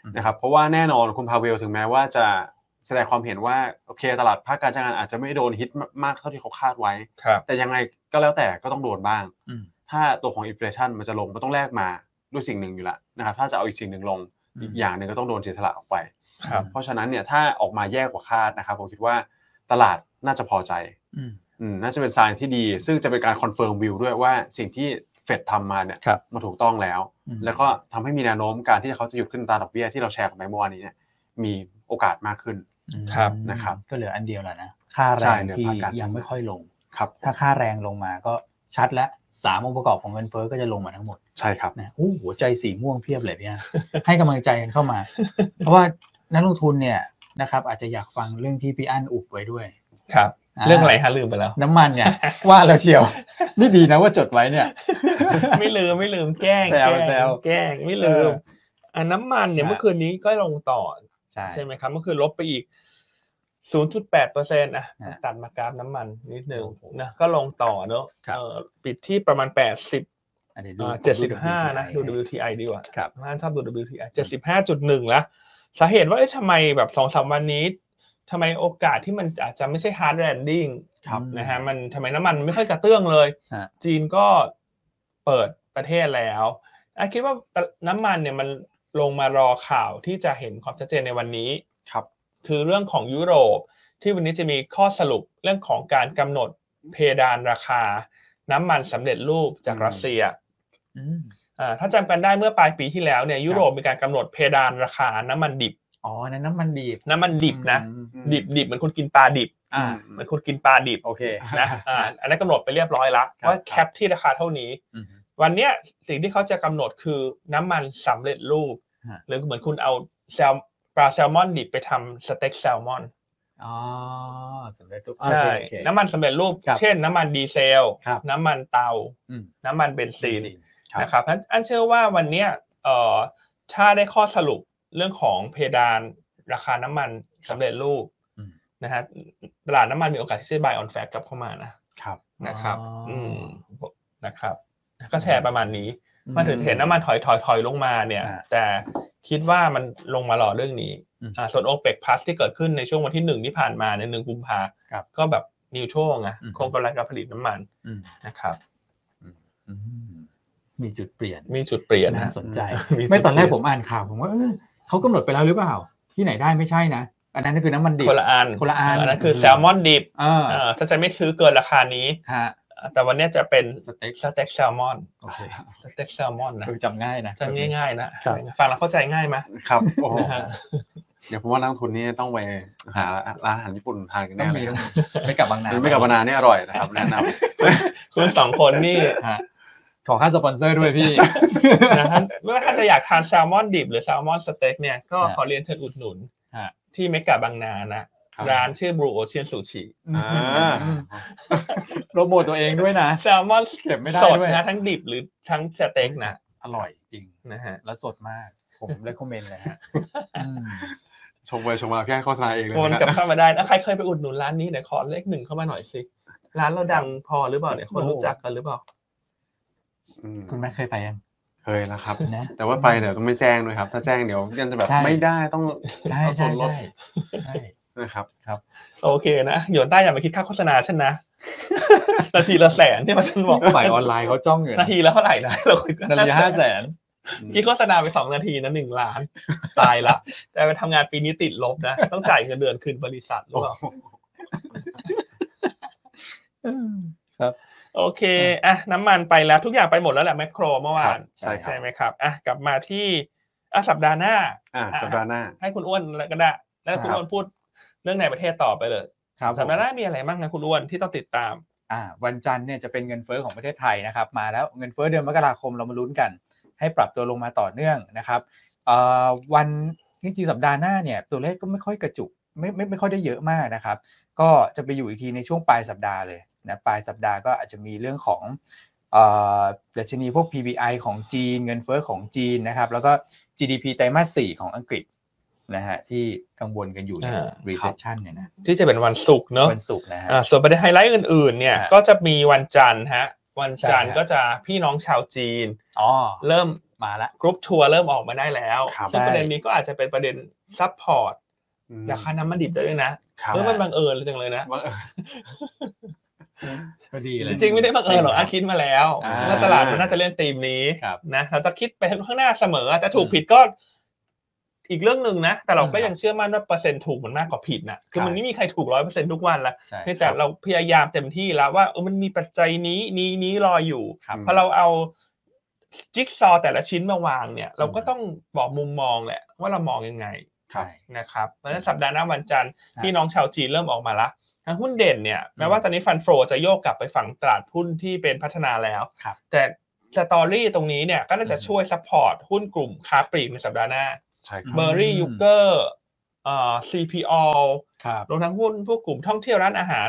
อืม นะครับเพราะว่าแน่นอนคุณพาเวลถึงแม้ว่าจะแสดงความเห็นว่าโอเคตลาดภาคการจ้างงานอาจจะไม่โดนฮิตมากเท่าที่เขาคาดไว้ ครับ แต่ยังไงก็แล้วแต่ก็ต้องโดนบ้าง อืม ถ้าตัวของอินฟลชันมันจะลงมันต้องแลกมาด้วยสิ่งหนึ่งอยู่และนะครับถ้าจะเอาอีกสิ่งหนึ่งลง อืม อีกอย่างหนึ่งก็ต้องโดนเสียสละออกไป ครับ เพราะฉะนั้นเนี่ยถ้าออกมาแย่กว่าคาดนะครับผมคิดว่าตลาดน่าจะพอใจ อืม อืมน่าจะเป็นสายที่ดี ซึ่งจะเป็นการคอนเฟิร์มวิวด้วยว่าสิ่งที่เฟดทำมาเนี่ย ครับ มันถูกต้องแล้ว อืม แล้วก็ทำให้มีแนวโน้มการที่เขาจะหยุดขึ้นอัตราดอกเบี้ยที่เราแชร์กันไปเมื่อวานนี้เนี่ย มีโอกาสมากขึ้น ครับ นะครับ ก็เหลืออันเดียวแหละนะ ค่าแร ใช่ ง เหลือ ที่ ภาคการ ยังไม่ค่อยลง ครับ ถ้าค่าแรงลงมาก็ชัดแล้วสามองค์ประกอบของเงินเฟ้อก็จะลงมาทั้งหมด ใช่ครับ นะโอ้หัวใจสีม่วงเพียบเลยพี่อาร์ ให้กำลังใจกันเข้ามา เพราะว่านักลงทุนเนี่ยนะครับ อาจจะอยากฟังเรื่องที่พี่อั้นอุบไว้ด้วย ครับ า เรื่องอะไรฮะลืมไปแล้ว น้ำมันเนี่ยว่าเราเชียว นี่ดีนะว่าจดไว้เนี่ย ไม่ลืมไม่ลืมแกล้ง แซว ล้ง แซว แกล้งไม่ลื เอ ม อ อ่ะน้ำมันเนี่ย ครับ เมื่อคืนนี้ก็ลงต่อ ใช่ ใช่ไหมครับเมื่อคืนลบไปอีก 0.8เปอร์เซ็นต์อ่ะ ฮะ ตัดมากราฟน้ำมันนิดนึง โอ้โห นะก็ลงต่อเนอะ ครับ เอ่อปิดที่ประมาณ 80 อ่ะดี๋ยว เจ็ดสิบห้านะดู ดู WTI ดีกว่า ครับ น่าชอบดู WTI เจ็ดสิบห้าจุดหนึ่งละสาเหตุว่าเอ๊ะทำไมแบบสองสามวันนี้ทำไมโอกาสที่มันอาจจะไม่ใช่ hard landing ครับ นะฮะมันทำไมน้ำมันไม่ค่อยกระเตื้องเลย ฮะ จีนก็เปิดประเทศแล้วอาคิดว่าน้ำมันเนี่ยมันลงมารอข่าวที่จะเห็นความชัดเจนในวันนี้ ครับ คือเรื่องของยุโรป ที่วันนี้จะมีข้อสรุปเรื่องของการกำหนดเพดานราคา น้ำมันสำเร็จรูปจาก อืม รัสเซีย อืม อ่าถ้าจำกันได้เมื่อปลายปีที่แล้วเนี่ยยุโรปมีการกำหนดเพดานราคาน้ำมันดิบ อ๋อนั่นน้ำมันดีบ น้ำมันดิบนะ อืม อืม ดิบดิบเหมือนคุณกินปลาดิบ อ่า เหมือนคุณกินปลาดิบ โอเค นะอ่าอันนั้นกำหนดไปเรียบร้อยละ ครับ ว่าแคปที่ราคาเท่านี้ อืม วันเนี้ยสิ่งที่เขาจะกำหนดคือน้ำมันสำเร็จรูป ฮะ หรือเหมือนคุณเอาแซลปลาแซลมอนดิบไปทำสเต็กแซลมอน อ๋อสำเร็จรูป ใช่ โอเคโอเค น้ำมันสำเร็จรูป ครับ เช่น น้ำมันดีเซล ครับ น้ำมันเตา อืม น้ำมันเบนซิน ครับ นะครับงั้นอันเชื่อว่าวันเนี้ยเอ่อถ้าได้ข้อสรุปเรื่องของเพดานราคาน้ำมันสำเร็จรูป อืม นะฮะตลาดน้ำมันมีโอกาสที่จะ buy on fact กลับเข้ามานะครับ นะครับ อืมนะครับ ก็แชร์ประมาณนี้ อื มันถึงจะเห็นน้ำมันถอยถอยถอยลงมาเนี่ย อ่า แต่คิดว่ามันลงมารอเรื่องนี้ อืม อ่าส่วนโอเปกพัสที่เกิดขึ้นในช่วงวันที่หนึ่งที่ผ่านมาในยหนึ่งกุมภา ครับ ก็แบบนิวโชงอะ อืม คงกำลังการผลิตน้ำมัน อืม นะครับ อืมมีจุดเปลี่ยน มีจุดเปลี่ยน น่า นะ สนใจ มีจุด ไม่ตอนแรก เปลี่ยน ผมอ่านข่าวผมว่าเออเขากำหนดไปแล้วหรือเปล่า ที่ไหนได้ไม่ใช่นะ อันนั้นคือน้ำมันดิบ คนละอัน คนละอัน นนั้นคือแซลมอนดิบ เออ เอ่อถ้าจะไม่ซื้อเกินราคานี้ ฮะ แต่วันเนี้ยจะเป็น สเต็ก สเต็กแซลมอน โอเค สเต็กแซลมอนนะ คือจำง่ายนะ จำง่ายๆนะครับ ฟังแล้วเข้าใจง่ายไหม ครับโอ้โห นะฮะ เดี๋ยวผมว่านักลงทุนนี่ต้องไปหาร้านอาหารญี่ปุ่นทานกัน ต้อ แน่ ง เล มี ย ต้องมีไม่กลับบางนา หรือไม่กับบานาเนี่ยอร่อยนะครับแนะน คุณสองคนนี่ ฮะขอค่าสปอนเซอร์ด้วยพี่ นะฮะเมื่อท่านจะอยากทานแซลมอนดิบหรือแซลมอนสเต็กเนี่ยก็ ฮะ ขอเรียนเชิญอุดหนุน ฮะ ที่เมกะบางนานะ ำ ร้านชื่อบรูโอเชียนซูชิ อ่า อืมโปรโมทตัวเองด้วยนะ แซลมอน เก็บไม่ได้ สด ด้วย นะทั้งดิบหรือทั้งสเต็กนะ อร่อยจริง นะฮะ และสดมาก ผมเลยคอมเมนต์เลยฮะอืม ชมไปชมมาพี่อันโฆษณาเองเลย วน นะ กลับ ครับ เข้ามาได้นะใครเคยไปอุดหนุนร้านนี้เดี๋ยวขอเลขหนึ่งเข้ามาหน่อยสิ ร้านเราดังพอหรือเปล่าเนี่ยคนรู้จักกันหรือเปล่า อืม คุณแม่เคยไปยัง เคยแล้วครับ นะ แต่ว่าไปเดี๋ยวต้องไม่แจ้งด้วยครับ ถ้าแจ้งเดี๋ยวยันจะแบบ ใช่ ไม่ได้ต้อง ใช่ เอาส่ ใช่ วนลด ใช่ใช่ นะครับ โอเคนะโยนใต้อย่ามาคิดค่าโฆษณาฉัน นะ นาทีละแสนที่มาฉันบอก ฝ่ายออนไลน์เขาจ้องอยู่ นา ทีละเท่าไหร่นะเราคุยกัน นาทีห้าแสน คิดโฆษณาไปสองนาทีนะหนึ่งล้าน ตายละ แต่ไปทำงานปีนี้ติดลบนะ ต้องจ่ายเงินเดือนคืนบริษัทหรือเปล่าโอเคอ่ะน้ำมันไปแล้วทุกอย่างไปหมดแล้วแหละแมคโครเมื่อวาน ครับใช่ครับ ไหมครับอ่ะกลับมาที่อ่ะสัปดาห์หน้า อ่าสัปดาห์หน้า ให้คุณอ้วนก็ได้ แล้วคุณอ้วนพูดเรื่องในประเทศต่อไปเลย ครับผ สัป ม ดาห์หน้ามีอะไรบ้างนะคุณอ้วนที่ต้องติดตาม อ่า วันจันทร์เนี่ยจะเป็นเงินเฟ้อของประเทศไทยนะครับ มาแล้วเงินเฟ้อเดือนมกราคมเรามาลุ้นกัน ให้ปรับตัวลงมาต่อเนื่องนะครับเอ่อวันจริงๆสัปดาห์หน้าเนี่ยตัวเลขก็ไม่ค่อยกระจุกไม่ไม่ไม่ค่อยได้เยอะมากนะครับ ก็จะไปอยู่อีกทีในช่วงปลายสัปดาห์เลยนะปลายสัปดาห์ก็อาจจะมีเรื่องของเอ่อดัชนีพวก PPI ของจีน เงินเฟ้อของจีนนะครับ แล้วก็ GDP ไตรมาส4ของอังกฤษนะฮะที่กังวลกันอยู่ใน อ่า recession เนี่ยนะ ที่จะเป็นวันศุกร์เนอะ วันศุกร์นะฮะ อ่าส่วนประเด็นไฮไลท์อื่นๆเนี่ย ฮะ ก็จะมีวันจันทร์ฮะวันจันทร์ ใช่ฮะ ก็จะพี่น้องชาวจีน อ๋อ เริ่ม มาละ กรุ๊ปทัวร์เริ่มออกมาได้แล้ว ครับ ซึ่ง ใช่ ประเด็นนี้ก็อาจจะเป็นประเด็นซัพพอร์ต อืม ราคาน้ำมันดิบได้ด้วยนะครับ เออมันบังเอิญจังเลยนะ บังเอิญ ก็ดีเล จ ย ริงๆไม่ได้บังเอิญหรอกอาคิดมาแล้ว อ่า ว่าตลาดมันน่าจะเล่นธีมนี้ ครับ นะเราจะคิดไปข้างหน้าเสมอแต่ถูก อืม ผิดก็อีกเรื่องหนึ่งนะ แต่เราก็ อืม ยังเชื่อมั่นว่าเปอร์เซ็นต์ถูกมันมากกว่าผิดนะคือ ครับ มันไม่มีใครถูกร้อยเปอร์เซ็นต์ทุกวันละ ใช่ เพียงแต่เราพยายามเต็มที่แล้วว่าเออมันมีปัจจัยนี้นี้นี้รออยู่ ครับ พอเราเอาจิ๊กซอว์แต่ละชิ้นมาวางเนี่ย เราก็ต้องบอกมุมมองแหละว่าเรามองยังไง ครับ นะครับเพราะฉะนั้นสัปดาห์หน้าวันจันทร์ ครับ พี่น้องชาวจีนเริ่มออกมาละทั้งหุ้นเด่นเนี่ยแม้ว่าตอนนี้ฟันโฟจะโยกกลับไปฝั่งตลาดหุ้นที่เป็นพัฒนาแล้ว ครับ แต่สตอรี่ตรงนี้เนี่ยก็น่าจะ อืม ช่วยซัพพอร์ตหุ้นกลุ่มค้าปลีกในสัปดาห์หน้า ใช่ค อื รั ม บ เบอร์รี่ยูเกอร์เอ่อ CPO ครับ รวมทั้งหุ้นพวกกลุ่มท่องเที่ยวร้านอาหาร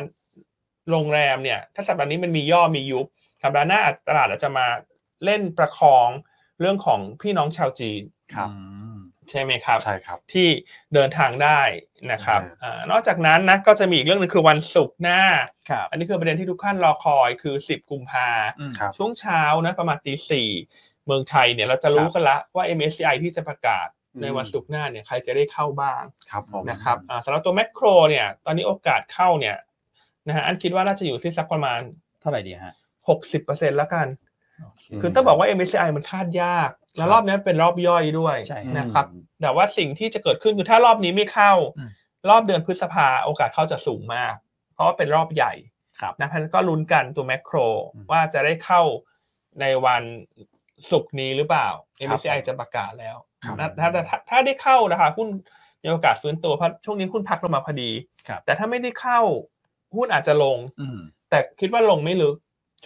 โรงแรมเนี่ย ถ้าสัปดาห์นี้มันมีย่อมียุบสัปดาห์หน้าอาจตลาดอาจจะมาเล่นประคองเรื่องของพี่น้องชาวจีน ครับ อืม ใช่ไหมครับ ใช่ครับ ที่เดินทางได้นะครับ อืม เอ่อนอกจากนั้นนะก็จะมีอีกเรื่องหนึงคือวันศุกร์หน้า ครับ อันนี้คือประเด็นที่ทุกท่านรอคอยคือ 10 กุมภา อืม ครับ ช่วงเช้านะประมาณตีสี่เมืองไทยเนี่ยเราจะรู้กันละว่า MSCI ที่จะประกาศในวันศุกร์หน้าเนี่ยใครจะได้เข้าบ้าง ครับผม นะ นะครับอ่าสำหรับตัวแมคโครเนี่ยตอนนี้โอกาสเข้าเนี่ยนะฮะอันคิดว่าน่าจะอยู่ที่สักประมาณ เท่าไหร่ดีฮะ 60%แล้วกัน อืม คือต้องบอกว่า MSCI มันคาดยาก และรอบนี้เป็นรอบย่อยด้วย ใช่ นะครับ แต่ว่าสิ่งที่จะเกิดขึ้นคือถ้ารอบนี้ไม่เข้า อืม รอบเดือนพฤษภาโอกาสเข้าจะสูงมาก เพราะว่าเป็นรอบใหญ่ ครับ นะพันก็ลุ้นกันตัวแมคโคร อืม ว่าจะได้เข้าในวันศุกร์นี้หรือเปล่า ครับ MSCI จะประกาศแล้ว ครับ นะถ้าถ้าถ้าถ้าได้เข้านะคะหุ้นมีโอกาสฟื้นตัวเพราะช่วงนี้หุ้นพักลงมาพอดี ครับ แต่ถ้าไม่ได้เข้าหุ้นอาจจะลง อืม แต่คิดว่าลงไม่ลึก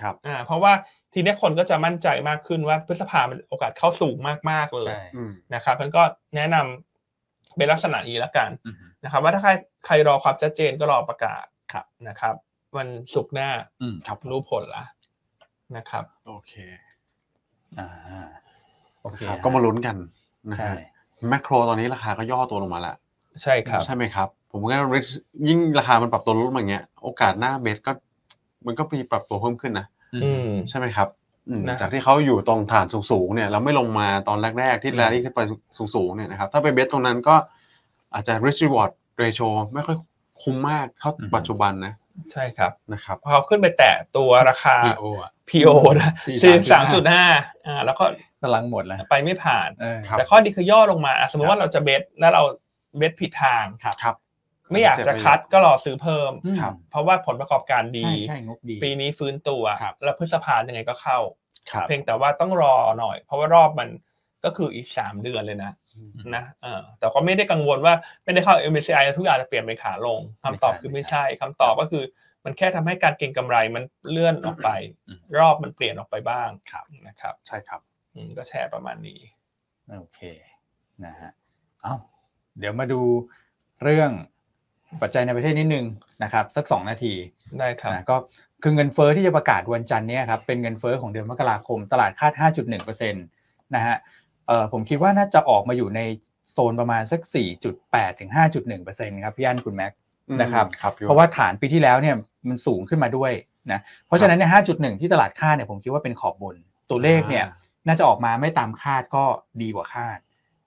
ครับ อ่าเพราะว่าทีเนี้ยคนก็จะมั่นใจมากขึ้นว่าพฤษภามันโอกาสเข้าสูงมากๆเลย ใช่ อืม นะครับมันก็แนะนำเป็นลักษณะนี้ละกัน อืม นะครับ ว่าถ้าใครใครรอความชัดเจนก็รอประกาศ ครับ นะครับ วันศุกร์หน้า อืม ครับ รู้ผลละนะครับ โอเค อ่า โอเค ครับก็มาลุ้นกันนะ ใช่ ฮะแมคโครตอนนี้ราคาก็ย่อตัวลงมาแล้ว ใช่ครับ ใช่ไหมครับ ผมก็ว่า risk ยิ่งราคามันปรับตัวลดลงมาอย่างเงี้ย โอกาสหน้าเบสก็ มันก็มีปรับตัวเพิ่มขึ้นนะ อื ม ม ใช่ไหมครับอืม นะครับ จากที่เขาอยู่ตรงฐานสูงๆเนี่ยแล้วไม่ลงมาตอนแรกๆ ที่ อืม แรลลี่ขึ้นไปสูงๆเนี่ยนะครับถ้าไปเบสตรงนั้นก็อาจจะ risk reward ratio ไม่ค่อยคุ้มมากเท่าปัจจุบันนะ ใช่ครับ นะครับ พอขึ้นไปแตะตัวราคา โออ่ะ PO นะสี่สามจุด 43.5 ห้าอ่าแล้วก็ กำลังหมดแล้ว ไปไม่ผ่าน เออ ครับ แต่ข้อดีคือย่อลงมาอ่ะสมมติว่าเราจะเบสแล้วเราเบสผิดทาง ครับ ไม่อยากจะคัดก็รอซื้อเพิ่ม อืม ครับ เพราะว่าผลประกอบการดี ใช่ใช่งบดี ปีนี้ฟื้นตัว ครับ แล้วพฤษภายังไงก็เข้า ครับ เพียงแต่ว่าต้องรอหน่อย เพราะว่ารอบมันก็คืออีกสามเดือนเลยนะนะเออแต่ก็ไม่ได้กังวลว่าไม่ได้เข้า MSCI แล้วทุกอย่างจะเปลี่ยนเป็นขาลงคำตอบคือไม่ใช่คำตอบก็คือ มันแค่ทำให้การเก็งกำไรมันเลื่อนออกไป อืม รอบมันเปลี่ยนออกไปบ้างนะครับ ใช่ครับ อืมก็แชร์ประมาณนี้ โอเคนะฮะเอ้าเดี๋ยวมาดูเรื่องปัจจัยในประเทศนิดนึงนะครับ สักสองนาที ได้ครับ นะก็คือเงินเฟอ้อที่จะประกาศวันจันทร์เนี้ครับเป็นเงินเฟอ้อของเดือนมกราคม ตลาดคาด 5.1%นะฮะเอ่อผมคิดว่าน่าจะออกมาอยู่ในโซนประมาณสัก 4.8ถึง5.1%ครับพี่อันคุณแม็ก นะครับ ครับพี่ เพราะว่าฐานปีที่แล้วเนี่ยมันสูงขึ้นมาด้วยนะเพราะฉะนั้นในย5.1 ที่ตลาดคาดเนี่ยผมคิดว่าเป็นขอบบนตัวเลขเนี่ยน่าจะออกมาไม่ตามคาดก็ดีกว่าคาด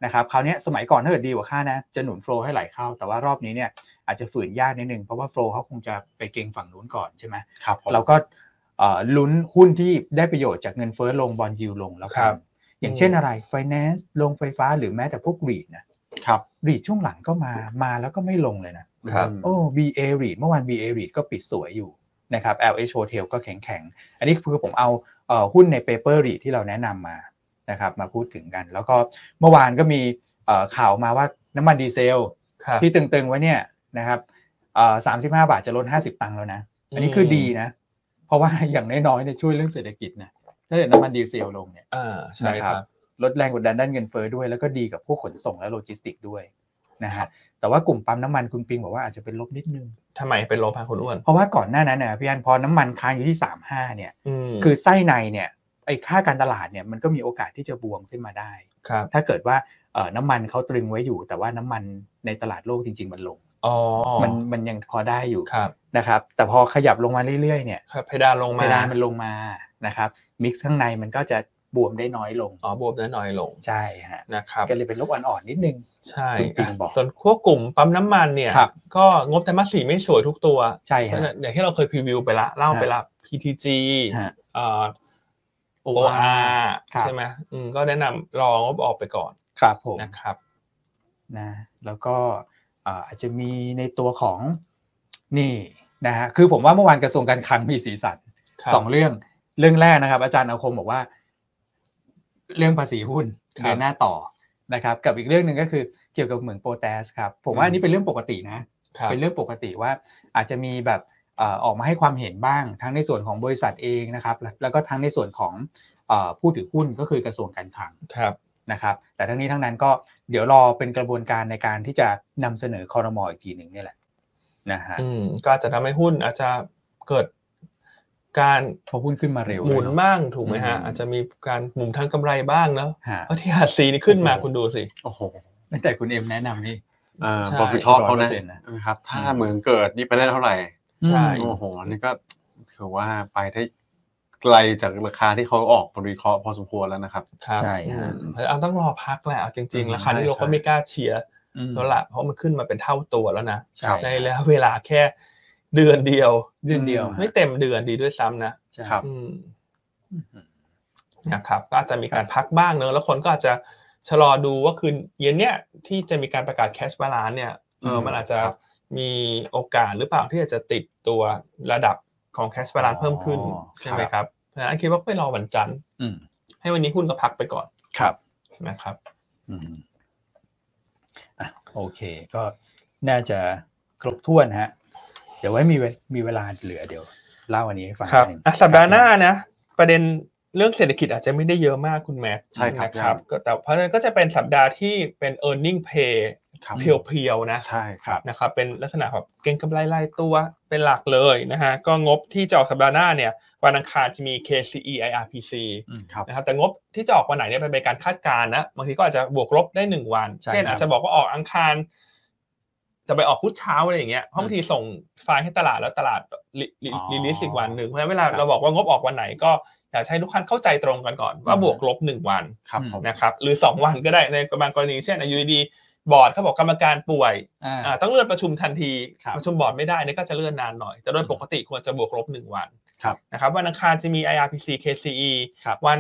นะครับคราวเนี้ยสมัยก่อนถ้าเกิดดีกว่าคาดนะจะหนุนโฟลให้ไหลเข้า แต่ว่ารอบนี้เนี่ยอาจจะฝืนยากนิดนึงเพราะว่าโฟลเขาคงจะไปเก็งฝั่งนู้นก่อนใช่ไหม ครับผม เราก็เอ่อลุ้นหุ้นที่ได้ประโยชน์จากเงินเฟ้อลงบอลยูลงแล้ว ค กั รั น บ อย่างเช่นอะไร finance ลงไฟฟ้าหรือแม้แต่พวกรีดนะครับ รีดช่วงหลังก็มามาแล้วก็ไม่ลงเลยนะครับ โอ้ BA รีดเมื่อวาน BA รีดก็ปิดสวยอยู่นะครับ LH Hotel ก็แข็งแข็งๆอันนี้คือผมเอาเอ่อหุ้นใน paper รีดที่เราแนะนำมานะครับมาพูดถึงกัน แล้วก็เมื่อวานก็มีเอ่อข่าวมาว่าน้ำมันดีเซล ครับ ที่ตึงๆไว้เนี่ยนะครับสามสิบห้าบาทจะลดห้าสิบตังค์แล้วนะ อันนี้คือ อืม ดีนะ เพราะว่า อย่างน้อยๆเนี่ยช่วยเรื่องเศรษฐกิจนะ ถ้าเกิดน้ำมันดีเซลลงเนี่ย อ่าใช่ นะ ครับ ลดแรงกดดันด้านเงินเฟ้อด้วย แล้วก็ดีกับผู้ขนส่งและโลจิสติกส์ด้วยนะฮะ แต่ว่ากลุ่มปั๊มน้ำมันคุณปิงบอกว่าอาจจะเป็นลบนิดนึง ทำไมเป็นโลพาคุณอ้วน เพราะว่าก่อนหน้านั้นนะพี่อันพอน้ำมันค้างอยู่ที่สามห้าเนี่ย ม คือไส้ในเนี่ยไอ้ค่าการตลาดเนี่ยมันก็มีโอกาสที่จะบวมขึ้นมาได้ ครับ ถ้าเกิดว่าเอ่อน้ำมันเขาตรึงไว้อยู่ แต่ว่าน้ำมันในตลาดโลกจริง ๆ มันลง อ๋อ มันมันยังพอได้อยู่ ครับ นะครับ แต่พอขยับลงมาเรื่อยๆเนี่ย ครับเพดานลง เพ มา ดานมันลงมานะครับมิกซ์ข้างในมันก็จะบวมได้น้อยลง อ๋อบวมน้อยๆลง ใช่ฮะ นะครับ ก็เลยเป็นลบอ่อนๆนิดนึง ใช่ คุณปิงบอก ส่วนพวกกลุ่มปั๊มน้ำมันเนี่ย ครับ ก็งบไตรมาสสี่ไม่สวยทุกตัว ใช่ เพราะ ฮะ ฉะนั้นอย่างที่เราเคยพรีวิวไปละเล่าไปละ PTG ฮะ เอ่อ OR OR ครับ ใช่ไหมอืมก็แนะนำรองบออกไปก่อน ครับผม นะครับ นะแล้วก็เอ่ออาจจะมีในตัวของนี่นะฮะคือผมว่าเมื่อวานกระทรวงการคลังมีสีสัน ครับ สองเรื่องเรื่องแรกนะครับ อาจารย์อาคมบอกว่า เรื่องภาษีหุ้น ครับ เดินหน้าต่อ นะครับกับอีกเรื่องหนึ่งก็คือเกี่ยวกับเหมืองโปรแตสครับผมว่าอันนี้เป็นเรื่องปกตินะ ครับ เป็นเรื่องปกติว่าอาจจะมีแบบเอ่อออกมาให้ความเห็นบ้างทั้งในส่วนของบริษัทเองนะครับแล้วแล้วก็ทั้งในส่วนของเอ่อผู้ถือหุ้นก็คือกระทรวงการคลัง ครับ นะครับแต่ทั้งนี้ทั้งนั้นก็เดี๋ยวรอเป็นกระบวนการในการที่จะนำเสนอคอรมออีกทีหนึ่งเนี่ยแหละนะฮะ อืมก็อาจจะทำให้หุ้นอาจจะเกิดการ เพอหุ้นขึ้นมาเร็ว หมุน เอะ บ้างถูกไหมฮะ อืม อาจจะมีการหมุนทางกำไรบ้างเนาะ ฮะ เพราะที่หาดซีนี่ขึ้นมาคุณดูสิ โอ้โห ตั้งแต่คุณเอ็มแนะนำนี่ ใช่ บอกพิทอดเขานะ 100%นะ นะครับถ้าเหมืองเกิดนี่ไปได้เท่าไหร่ ใช่ โอ้โหอันนี่ก็ถือว่าไปได้ไกลจากราคาที่เขาออกบริเคราะห์พอสมควรแล้วนะครับ ครับ ใช่ อื ฮะ มเอาต้องรอพักแหละเอาจริง อืม ๆราคานี้เราก็ ใช่ ไม่กล้าเชียร์ อืม แล้วล่ะเพราะมันขึ้นมาเป็นเท่าตัวแล้วนะ ใช่ ในระยะเวลาแค่เดือนเดียว เดือนเดียว ไม่เต็มเดือนดีด้วยซ้ำนะ ใช่ ครับ อืม อืม นะครับก็อาจจะมีการพักบ้างเนอะแล้วคนก็อาจจะชะลอดูว่าคืนเย็นเนี่ยที่จะมีการประกาศแคชบาลานเนี่ยเออ อืม มันอาจจะ ครับ มีโอกาสหรือเปล่าที่อาจจะติดตัวระดับของแคชบาลาน อ๋อ เพิ่มขึ้น ครับ ใช่ไหมครับเพราะฉะนั้นคิดว่าไปรอวันจันทร์ อืม ให้วันนี้หุ้นก็พักไปก่อน ครับ นะครับ อืมอ่ะโอเค ก็น่าจะครบถ้วนฮะ เดี๋ยวไว้มีเวมีเวลาเหลือเดี๋ยวเล่าอันนี้ให้ฟัง ครับ นิดนึง อ่ะสัปดาห์หน้านะ ประเด็นเรื่องเศรษฐกิจอาจจะไม่ได้เยอะมากคุณแม่ ใช่ครับ นะครับก็แต่เพราะฉะนั้นก็จะเป็นสัปดาห์ที่เป็น e a r n i n g pay ครับ เพียวๆนะ ใช่ครับ นะครับเป็นลักษณะแบบเก็งกำไรรายตัวเป็นหลักเลยนะฮะก็งบที่จะออกสัปดาห์หน้าเนี่ยวันอังคารจะมี KCE IRPC อืม ครับ นะครับแต่งบที่จะออกวันไหนเนี่ยมันเป็นการคาดการณ์นะบางทีก็อาจจะบวกลบได้หนึ่งวัน ใช่ เช่น ครับ อาจจะบอกว่าออกอังคาร จะไปออกพุธเช้าอะไรอย่างเงี้ยเพราะบางทีส่งไฟล์ให้ตลาดแล้วตลาดรีรี อ๋อ รีลิสอีกวันหนึ่งเพราะฉะนั้นเวลา ครับ เราบอกว่างบออกวันไหนก็อยากให้ทุกท่านเข้าใจตรงกันก่อนว่า อืม บวกลบหนึ่งวัน ครับผม นะครับหรือ 2 วันก็ได้ในบางกรณีเช่นอยู่ดีๆบอร์ดเขาบอกกรรมการป่วย อ่า อ่าต้องเลื่อนประชุมทันที ครับ ประชุมบอร์ดไม่ได้เนี่ยก็จะเลื่อนนานหน่อย แต่โดย อืม ปกติควรจะบวกลบหนึ่งวัน ครับ นะครับวันอังคารจะมี IRPC KCE ครับ วัน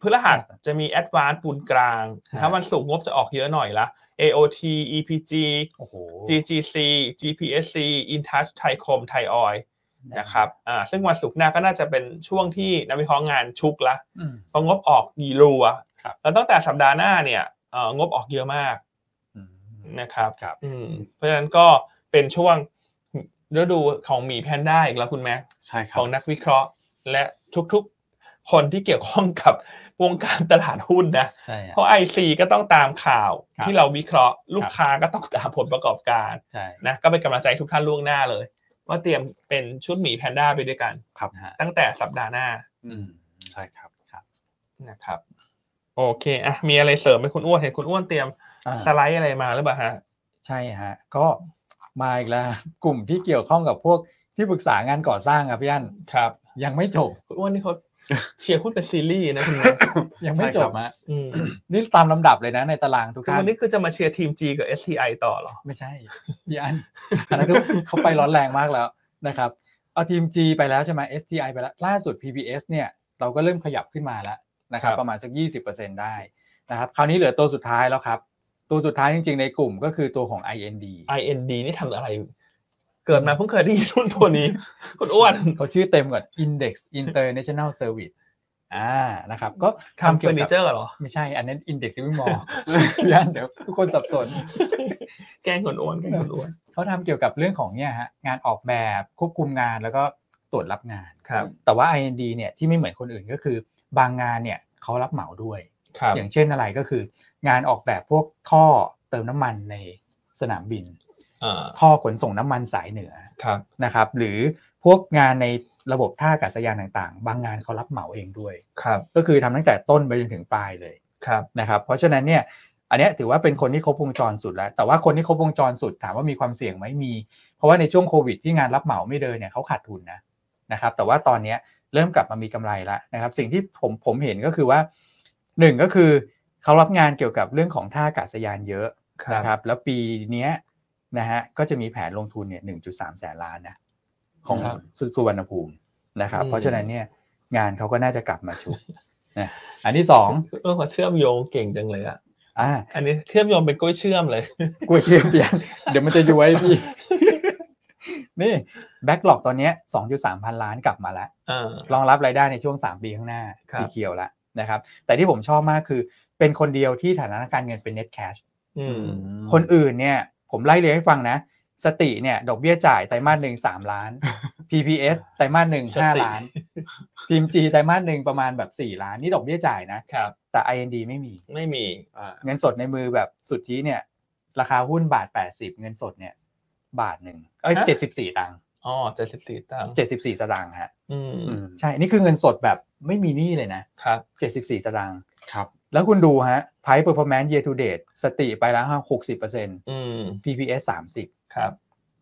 พฤหัส ครับ จะมี Advance ปูนกลางนะครั ครับ บ วันศุกร์งบจะออกเยอะหน่อยละ AOT EPG โอ้โห GGC GPSC Intouch ไทยคมไทยออยนะครับอ่าซึ่งวันศุกร์หน้าก็น่าจะเป็นช่วงที่นักวิเคราะห์งานชุกละ อืม พองบออกดีรัว ครับ แล้วตั้งแต่สัปดาห์หน้าเนี่ยเอ่องบออกเยอะมาก อืม นะครับ ครับ อืมเพราะฉะนั้นก็เป็นช่วงฤดูของหมีแพนด้าอีกแล้วคุณแม่ ใช่ครั ข บ องนักวิเคราะห์ และทุกๆคนที่เกี่ยวข้องกับวงการตลาดหุ้นนะ ใช่ฮะ เพราะไอซีก็ต้องตามข่าว ครับ ที่เราวิเคราะห์ ลูกค้าก็ต้องตามผลประกอบการ ใช่ นะก็เป็นกำลังใจให้ทุกท่านล่วงหน้าเลย ว่าเตรียมเป็นชุดหมีแพนด้าไปด้วยกัน นะฮะ ตั้งแต่สัปดาห์หน้า อืม ใช่ครับ นะครับโอเคอ่ะมีอะไรเสริมไหมคุณอ้วนเห็นคุณอ้วนเตรียม อ่า สไลด์อะไรมาหรือเปล่าฮะ ใช่ฮะ ก็มาอีกแล้ว กลุ่มที่เกี่ยวข้องกับพวกที่ปรึกษางานก่อสร้างครับพี่อัน ครับ ยังไม่จบ คุณอ้วนนี่เขา เชียร์หุ้นเป็นซีรีส์นะคุณแม่ ยังไม่ ใช่ จ ครับ บ ฮะ อืม นี่ตามลำดับเลยนะในตารางทุก คือ ท่า วัน นนี้คือจะมาเชียร์ทีม G กับ STI ต่อเหรอ ไม่ใช่ พี่อันอันนั้นก็เขาไปร้อนแรงมากแล้วนะครับ เอาทีม G ไปแล้วใช่ไหม STI ไปแล้ว ล่าสุด PBS เนี่ยเราก็เริ่มขยับขึ้นมาแล้วนะครับ ครับ ประมาณสัก 20%ได้นะครับ คราวนี้เหลือตัวสุดท้ายแล้วครับ ตัวสุดท้ายจริงๆ ในกลุ่มก็คือตัวของ IND IND นี่ทำอะไร เกิดมาเพิ่งเคยได้ยินหุ้นตัวนี้ คุณอ้วน เขาชื่อเต็มก่อน Index International Service อ่านะครับ ก็ ทำเฟอทำเกี่ย ร์ ว นิ กับ เจอร์เหรอ ไม่ใช่ อันนั้น Index Living Mall พี่อัน เดี๋ยวทุกคนสับสน แกล้งคุณอ้วนแกล้งคุณอ้วน เขาทำเกี่ยวกับเรื่องของเนี่ยฮะงานออกแบบควบคุมงานแล้วก็ตรวจรับงาน ครับ แต่ว่า IND เนี่ยที่ไม่เหมือนคนอื่นก็คือบางงานเนี่ยเขารับเหมาด้วย ครับ อย่างเช่นอะไรก็คือ งานออกแบบพวกท่อเติมน้ำมันในสนามบิน อ่า ท่อขนส่งน้ำมันสายเหนือ ครับ นะครับ หรือพวกงานในระบบท่าอากาศยานต่างๆ บางงานเขารับเหมาเองด้วย ครับ ก็คือทำตั้งแต่ต้นไปจนถึงปลายเลย ครับ นะครับเพราะฉะนั้นเนี่ยอันเนี้ยถือว่าเป็นคนที่ครบวงจรสุดแล้ว แต่ว่าคนที่ครบวงจรสุดถามว่ามีความเสี่ยงไหมมี เพราะว่าในช่วงโควิดที่งานรับเหมาไม่เดินเนี่ยเขาขาดทุนนะนะครับแต่ว่าตอนเนี้ยเริ่มกลับมามีกำไรแล้วนะครับสิ่งที่ผมผมเห็นก็คือว่าหนึ่งก็คือเขารับงานเกี่ยวกับเรื่องของท่าอากาศยานเยอะนะครับแล้วปีเนี้ยนะฮะก็จะมีแผนลงทุนเนี่ยหนึ่งจุดสามแสนล้านนะของ ครับ สุสุวรรณภูมินะครับ อืม เพราะฉะนั้นเนี่ยงานเขาก็น่าจะกลับมา ชุกนะอันที่สอง คุณอ้วนเขาเชื่อมโยงเก่งจังเลยอะ อ่า อันนี้เชื่อมโยงเป็นกล้วยเชื่อมเลย กล้วยเชื่อมเปลี่ยน เดี๋ยวมันจะย้วยพี่ นี่แบ็กหลอกตอนเนี้ย2.3 พันล้านกลับมาแล้ว อ่า รองรับรายได้ในช่วง 3 ปีข้างหน้า ครับ สีเขียวแล้วนะครับ แต่ที่ผมชอบมากคือ เป็นคนเดียวที่ฐานะทางการเงินเป็น net cash อืม คนอื่นเนี่ยผมไล่เรียงให้ฟังนะ สติเนี่ยดอกเบี้ยจ่ายไตรมาสหนึ่งสามล้าน PPS ไตรมาสหนึ่ง สติ ห้าล้านพิมจีไตรมาสหนึ่งประมาณแบบสี่ล้านนี่ดอกเบี้ยจ่ายนะครับ แต่ IND ไม่มี ไม่มี อ่า เงินสดในมือแบบสุทธิเนี่ย ราคาหุ้นบาทแปดสิบเงินสดเนี่ย บาทหนึ่งเอ้ย ฮะ เจ็ดสิบสี่ตังค์ อ๋อเจ็ดสิบสี่ตังค์ เจ็ดสิบสี่สตางค์ฮะ อืม อืม ใช่นี่คือเงินสดแบบไม่มีหนี้เลยนะครับ เจ็ดสิบสี่สตางค์ ครับ แล้วคุณดูฮะ price performance year to date สติไปแล้วหกสิบเปอร์เซ็นต์ อืม PPS สามสิบ ครับ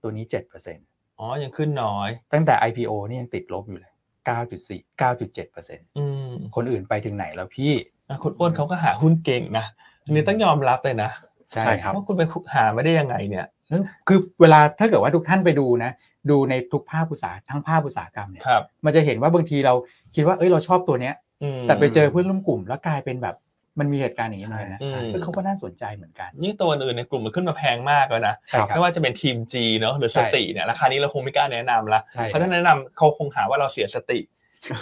ตัวนี้เจ็ดเปอร์เซ็นต์ อ๋อ ยังขึ้นน้อย ตั้งแต่ IPO นี่ยังติดลบอยู่เลย 9.4 9.7% อืม คนอื่นไปถึงไหนแล้วพี่ อ่ะคุณอ้วนเขาก็หาหุ้นเก่งนะ อันนี้ต้องยอมรับเลยนะ ใช่ ใช่ครับ ว่าคุณไปหาไม่ได้ยังไงเนี่ย นั่นคือเวลาถ้าเกิดว่าทุกท่านไปดูนะ ดูในทุกภาคอุตสาหทั้งภาคอุตสาหกรรมเนี่ย ครับ มันจะเห็นว่าบางทีเราคิดว่า เอ้ย เราชอบตัวเนี้ย อืม แต่ไปเจอเพื่อนร่วมกลุ่มแล้วกลายเป็นแบบ มันมีเหตุการณ์อย่างนี้หน่อยนะ ใช่ใช่ เออเขาก็น่าสนใจเหมือนกัน ยิ่งตัวอื่นในกลุ่มมันขึ้นมาแพงมากแล้วนะ ใช่ครับ ไม่ว่าจะเป็นทีมจีเนอะหรือสติเนี่ยราคานี้เราคงไม่กล้าแนะนำละ ใช่ เพราะถ้าแนะนำเขาคงหาว่าเราเสียสติ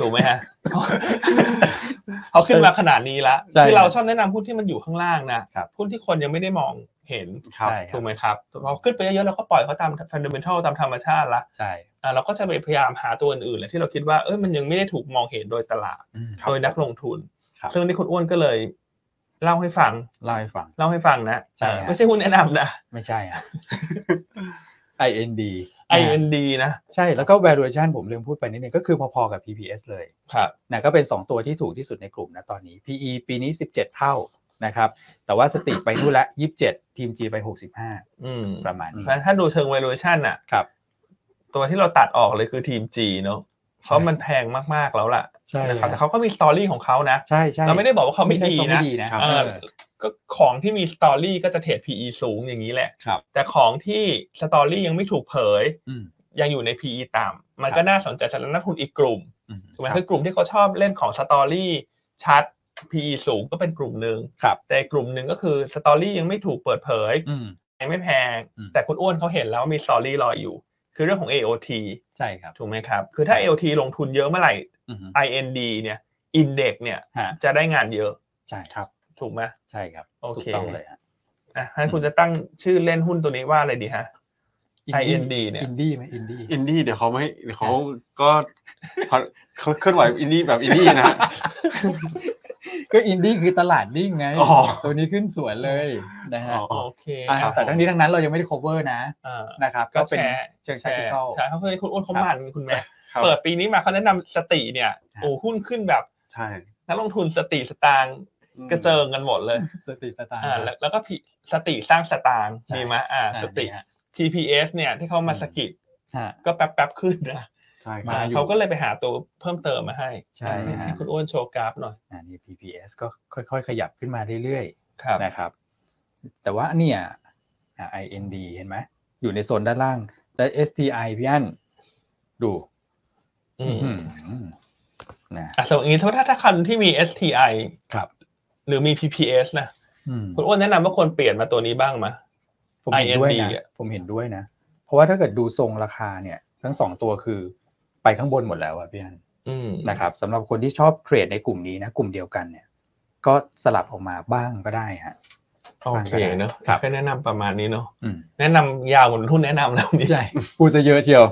ถูกไหมฮะ เขาขึ้นมาขนาดนี้ละ ใช่ คือเราชอบแนะนำหุ้นที่มันอยู่ข้างล่างนะครับ หุ้นที่คนยังไม่ได้มองเห็น ครับ ใช่ครั ถู บ กไหมครับพอขึ้นไปเยอะๆเราก็ปล่อยเขาตามฟันเดเมนทัลตามธรรมชาติละ ใช่ อ่ะเราก็จะไปพยายามหาตัวอื่นๆแหละที่เราคิดว่าเอ้ยมันยังไม่ได้ถูกมองเห็นโดยตลาด อืม โดยนักลงทุน ครับ ซึ่งวันนี่คุณอ้วนก็เลย เล่าให้ฟัง เล่าให้ฟัง เล่าให้ฟังนะ ใช่ฮะ ไม่ใช่หุ้นแนะนำนะ ไม่ใช่อะ IND นะ IND นะ ใช่แล้วก็ valuation ผมลืมพูดไปนิดนึงก็คือพอๆกับ PPS เลย ครับ นะก็เป็น 2 ตัวที่ถูกที่สุดในกลุ่มนะตอนนี้ PE ปีนี้ 17 เท่านะครับ แต่ว่าสติไปนู่นละ 27 ทีม G ไป 65 อืม ประมาณนี้ เพราะฉะนั้นถ้าดูเชิง valuation น่ะ ครับ ตัวที่เราตัดออกเลยคือทีม G เนอะเพราะมันแพงมากๆแล้วล่ะ ใช่ นะครับแต่เขาก็มีสตอรี่ของเขานะ ใช่ใช่ เราไม่ได้บอกว่าเขาไม่ ใช่ ดี ข นะ ไม่ดีนะ เออก็ของที่มีสตอรี่ก็จะเทรด PE สูงอย่างนี้แหละ ครับ แต่ของที่สตอรี่ยังไม่ถูกเผย อืม ยังอยู่ใน PE ต่ำมัน ครับ ก็น่าสนใจสำหรับนักทุนอีกกลุ่ม อืม ถูกไหม ครับ คือกลุ่มที่เขาชอบเล่นของสตอรี่ชัด PE สูงก็เป็นกลุ่มหนึ่ง ครับ แต่กลุ่มหนึ่งก็คือสตอรี่ยังไม่ถูกเปิดเผย อืม ยังไม่แพง อืม แต่คุณอ้วนเขาเห็นแล้วว่ามีสตอรี่รออยู่ คือเรื่องของ AOT ใช่ครับ ถูกไหมครับ คือถ้า AOT ลงทุนเยอะเมื่อไหร่ อืม IND เนี่ย Index เนี่ย ฮะ จะได้งานเยอะ ใช่ ครับ ถูกไหม ใช่ครับ โอเค ถูกต้องเลยฮะ อ่ะงั้นคุณจะตั้งชื่อเล่นหุ้นตัวนี้ว่าอะไรดีฮะ Indie IND เนี่ย Indie ไหม Indie อินดี้เดี๋ยวเขาไม่เดี๋ยวเขาก็เขาเคลื่อนไหวอินดี้แบบอินดี้นะ ก็ Indie คือตลาดนิ่งไง อ๋อ ตัวนี้ขึ้นสวนเลยนะฮะ โอเค อ่ะ ครับ แต่ทั้งนี้ทั้งนั้นเรายังไม่ได้ cover นะ อ่า นะครับ ก็ ก็ แช เป็น ร์ เชิง แชร์ tactical ใช่เขาเคยคุณอ้วนเขามันคุณแม่ ครับ เปิดปีนี้มาเขาแนะนำสติเนี่ยโอ้หุ้นขึ้นแบบ ใช่ นักลงทุนสติสตางค์กระเจิงกันหมดเลย สติสตาร์ อ่าแล้วแล้วก็ P- สติสร้างสตางค์ ใช่ มีไหมยอ่า อ่า สติ ดีฮะ PPS เนี่ยที่เขามา อืม สะกิด ฮะ ก็แป๊บแป๊บๆขึ้นนะ ใช่ครับ มาอยู่ เขาก็เลยไปหาตัวเพิ่มเติมมาให้ ใช่ อ่า ฮะ ให้คุณอ้วนโชว์กราฟหน่อย อันนี้ PPS ก็ค่อยๆ ขยับขึ้นมาเรื่อย ครับ ๆ นะครับ แต่ว่าเนี่ยอ่ะ IND เห็นไหม อยู่ในโซนด้านล่าง แต่ STI พี่อันดู อืม อื้อหือนะ อ่ะสมมติอย่างนี้ถ้าถ้าถ้าคันที่มี STI ครับ หรือมี PPS นะ อืม คุณอ้วนแนะนำว่าควรเปลี่ยนมาตัวนี้บ้างไหมย ผมเห็นด้วย IND นะ อ่ะ ผมเห็นด้วยนะ เพราะว่าถ้าเกิดดูทรงราคาเนี่ย ทั้งสองตัวคือไปข้างบนหมดแล้วอะพี่อัน อืม นะครับสำหรับคนที่ชอบเทรดในกลุ่มนี้นะ กลุ่มเดียวกันเนี่ย ก็สลับออกมาบ้างก็ได้ฮะ โอเคเนอะ ครับ ก็แนะนำประมาณนี้เนอะ อืม แนะนำยาวเหมือนหุ้นแนะนำแล้วนี่ ใช่พูดจะเยอะเชียว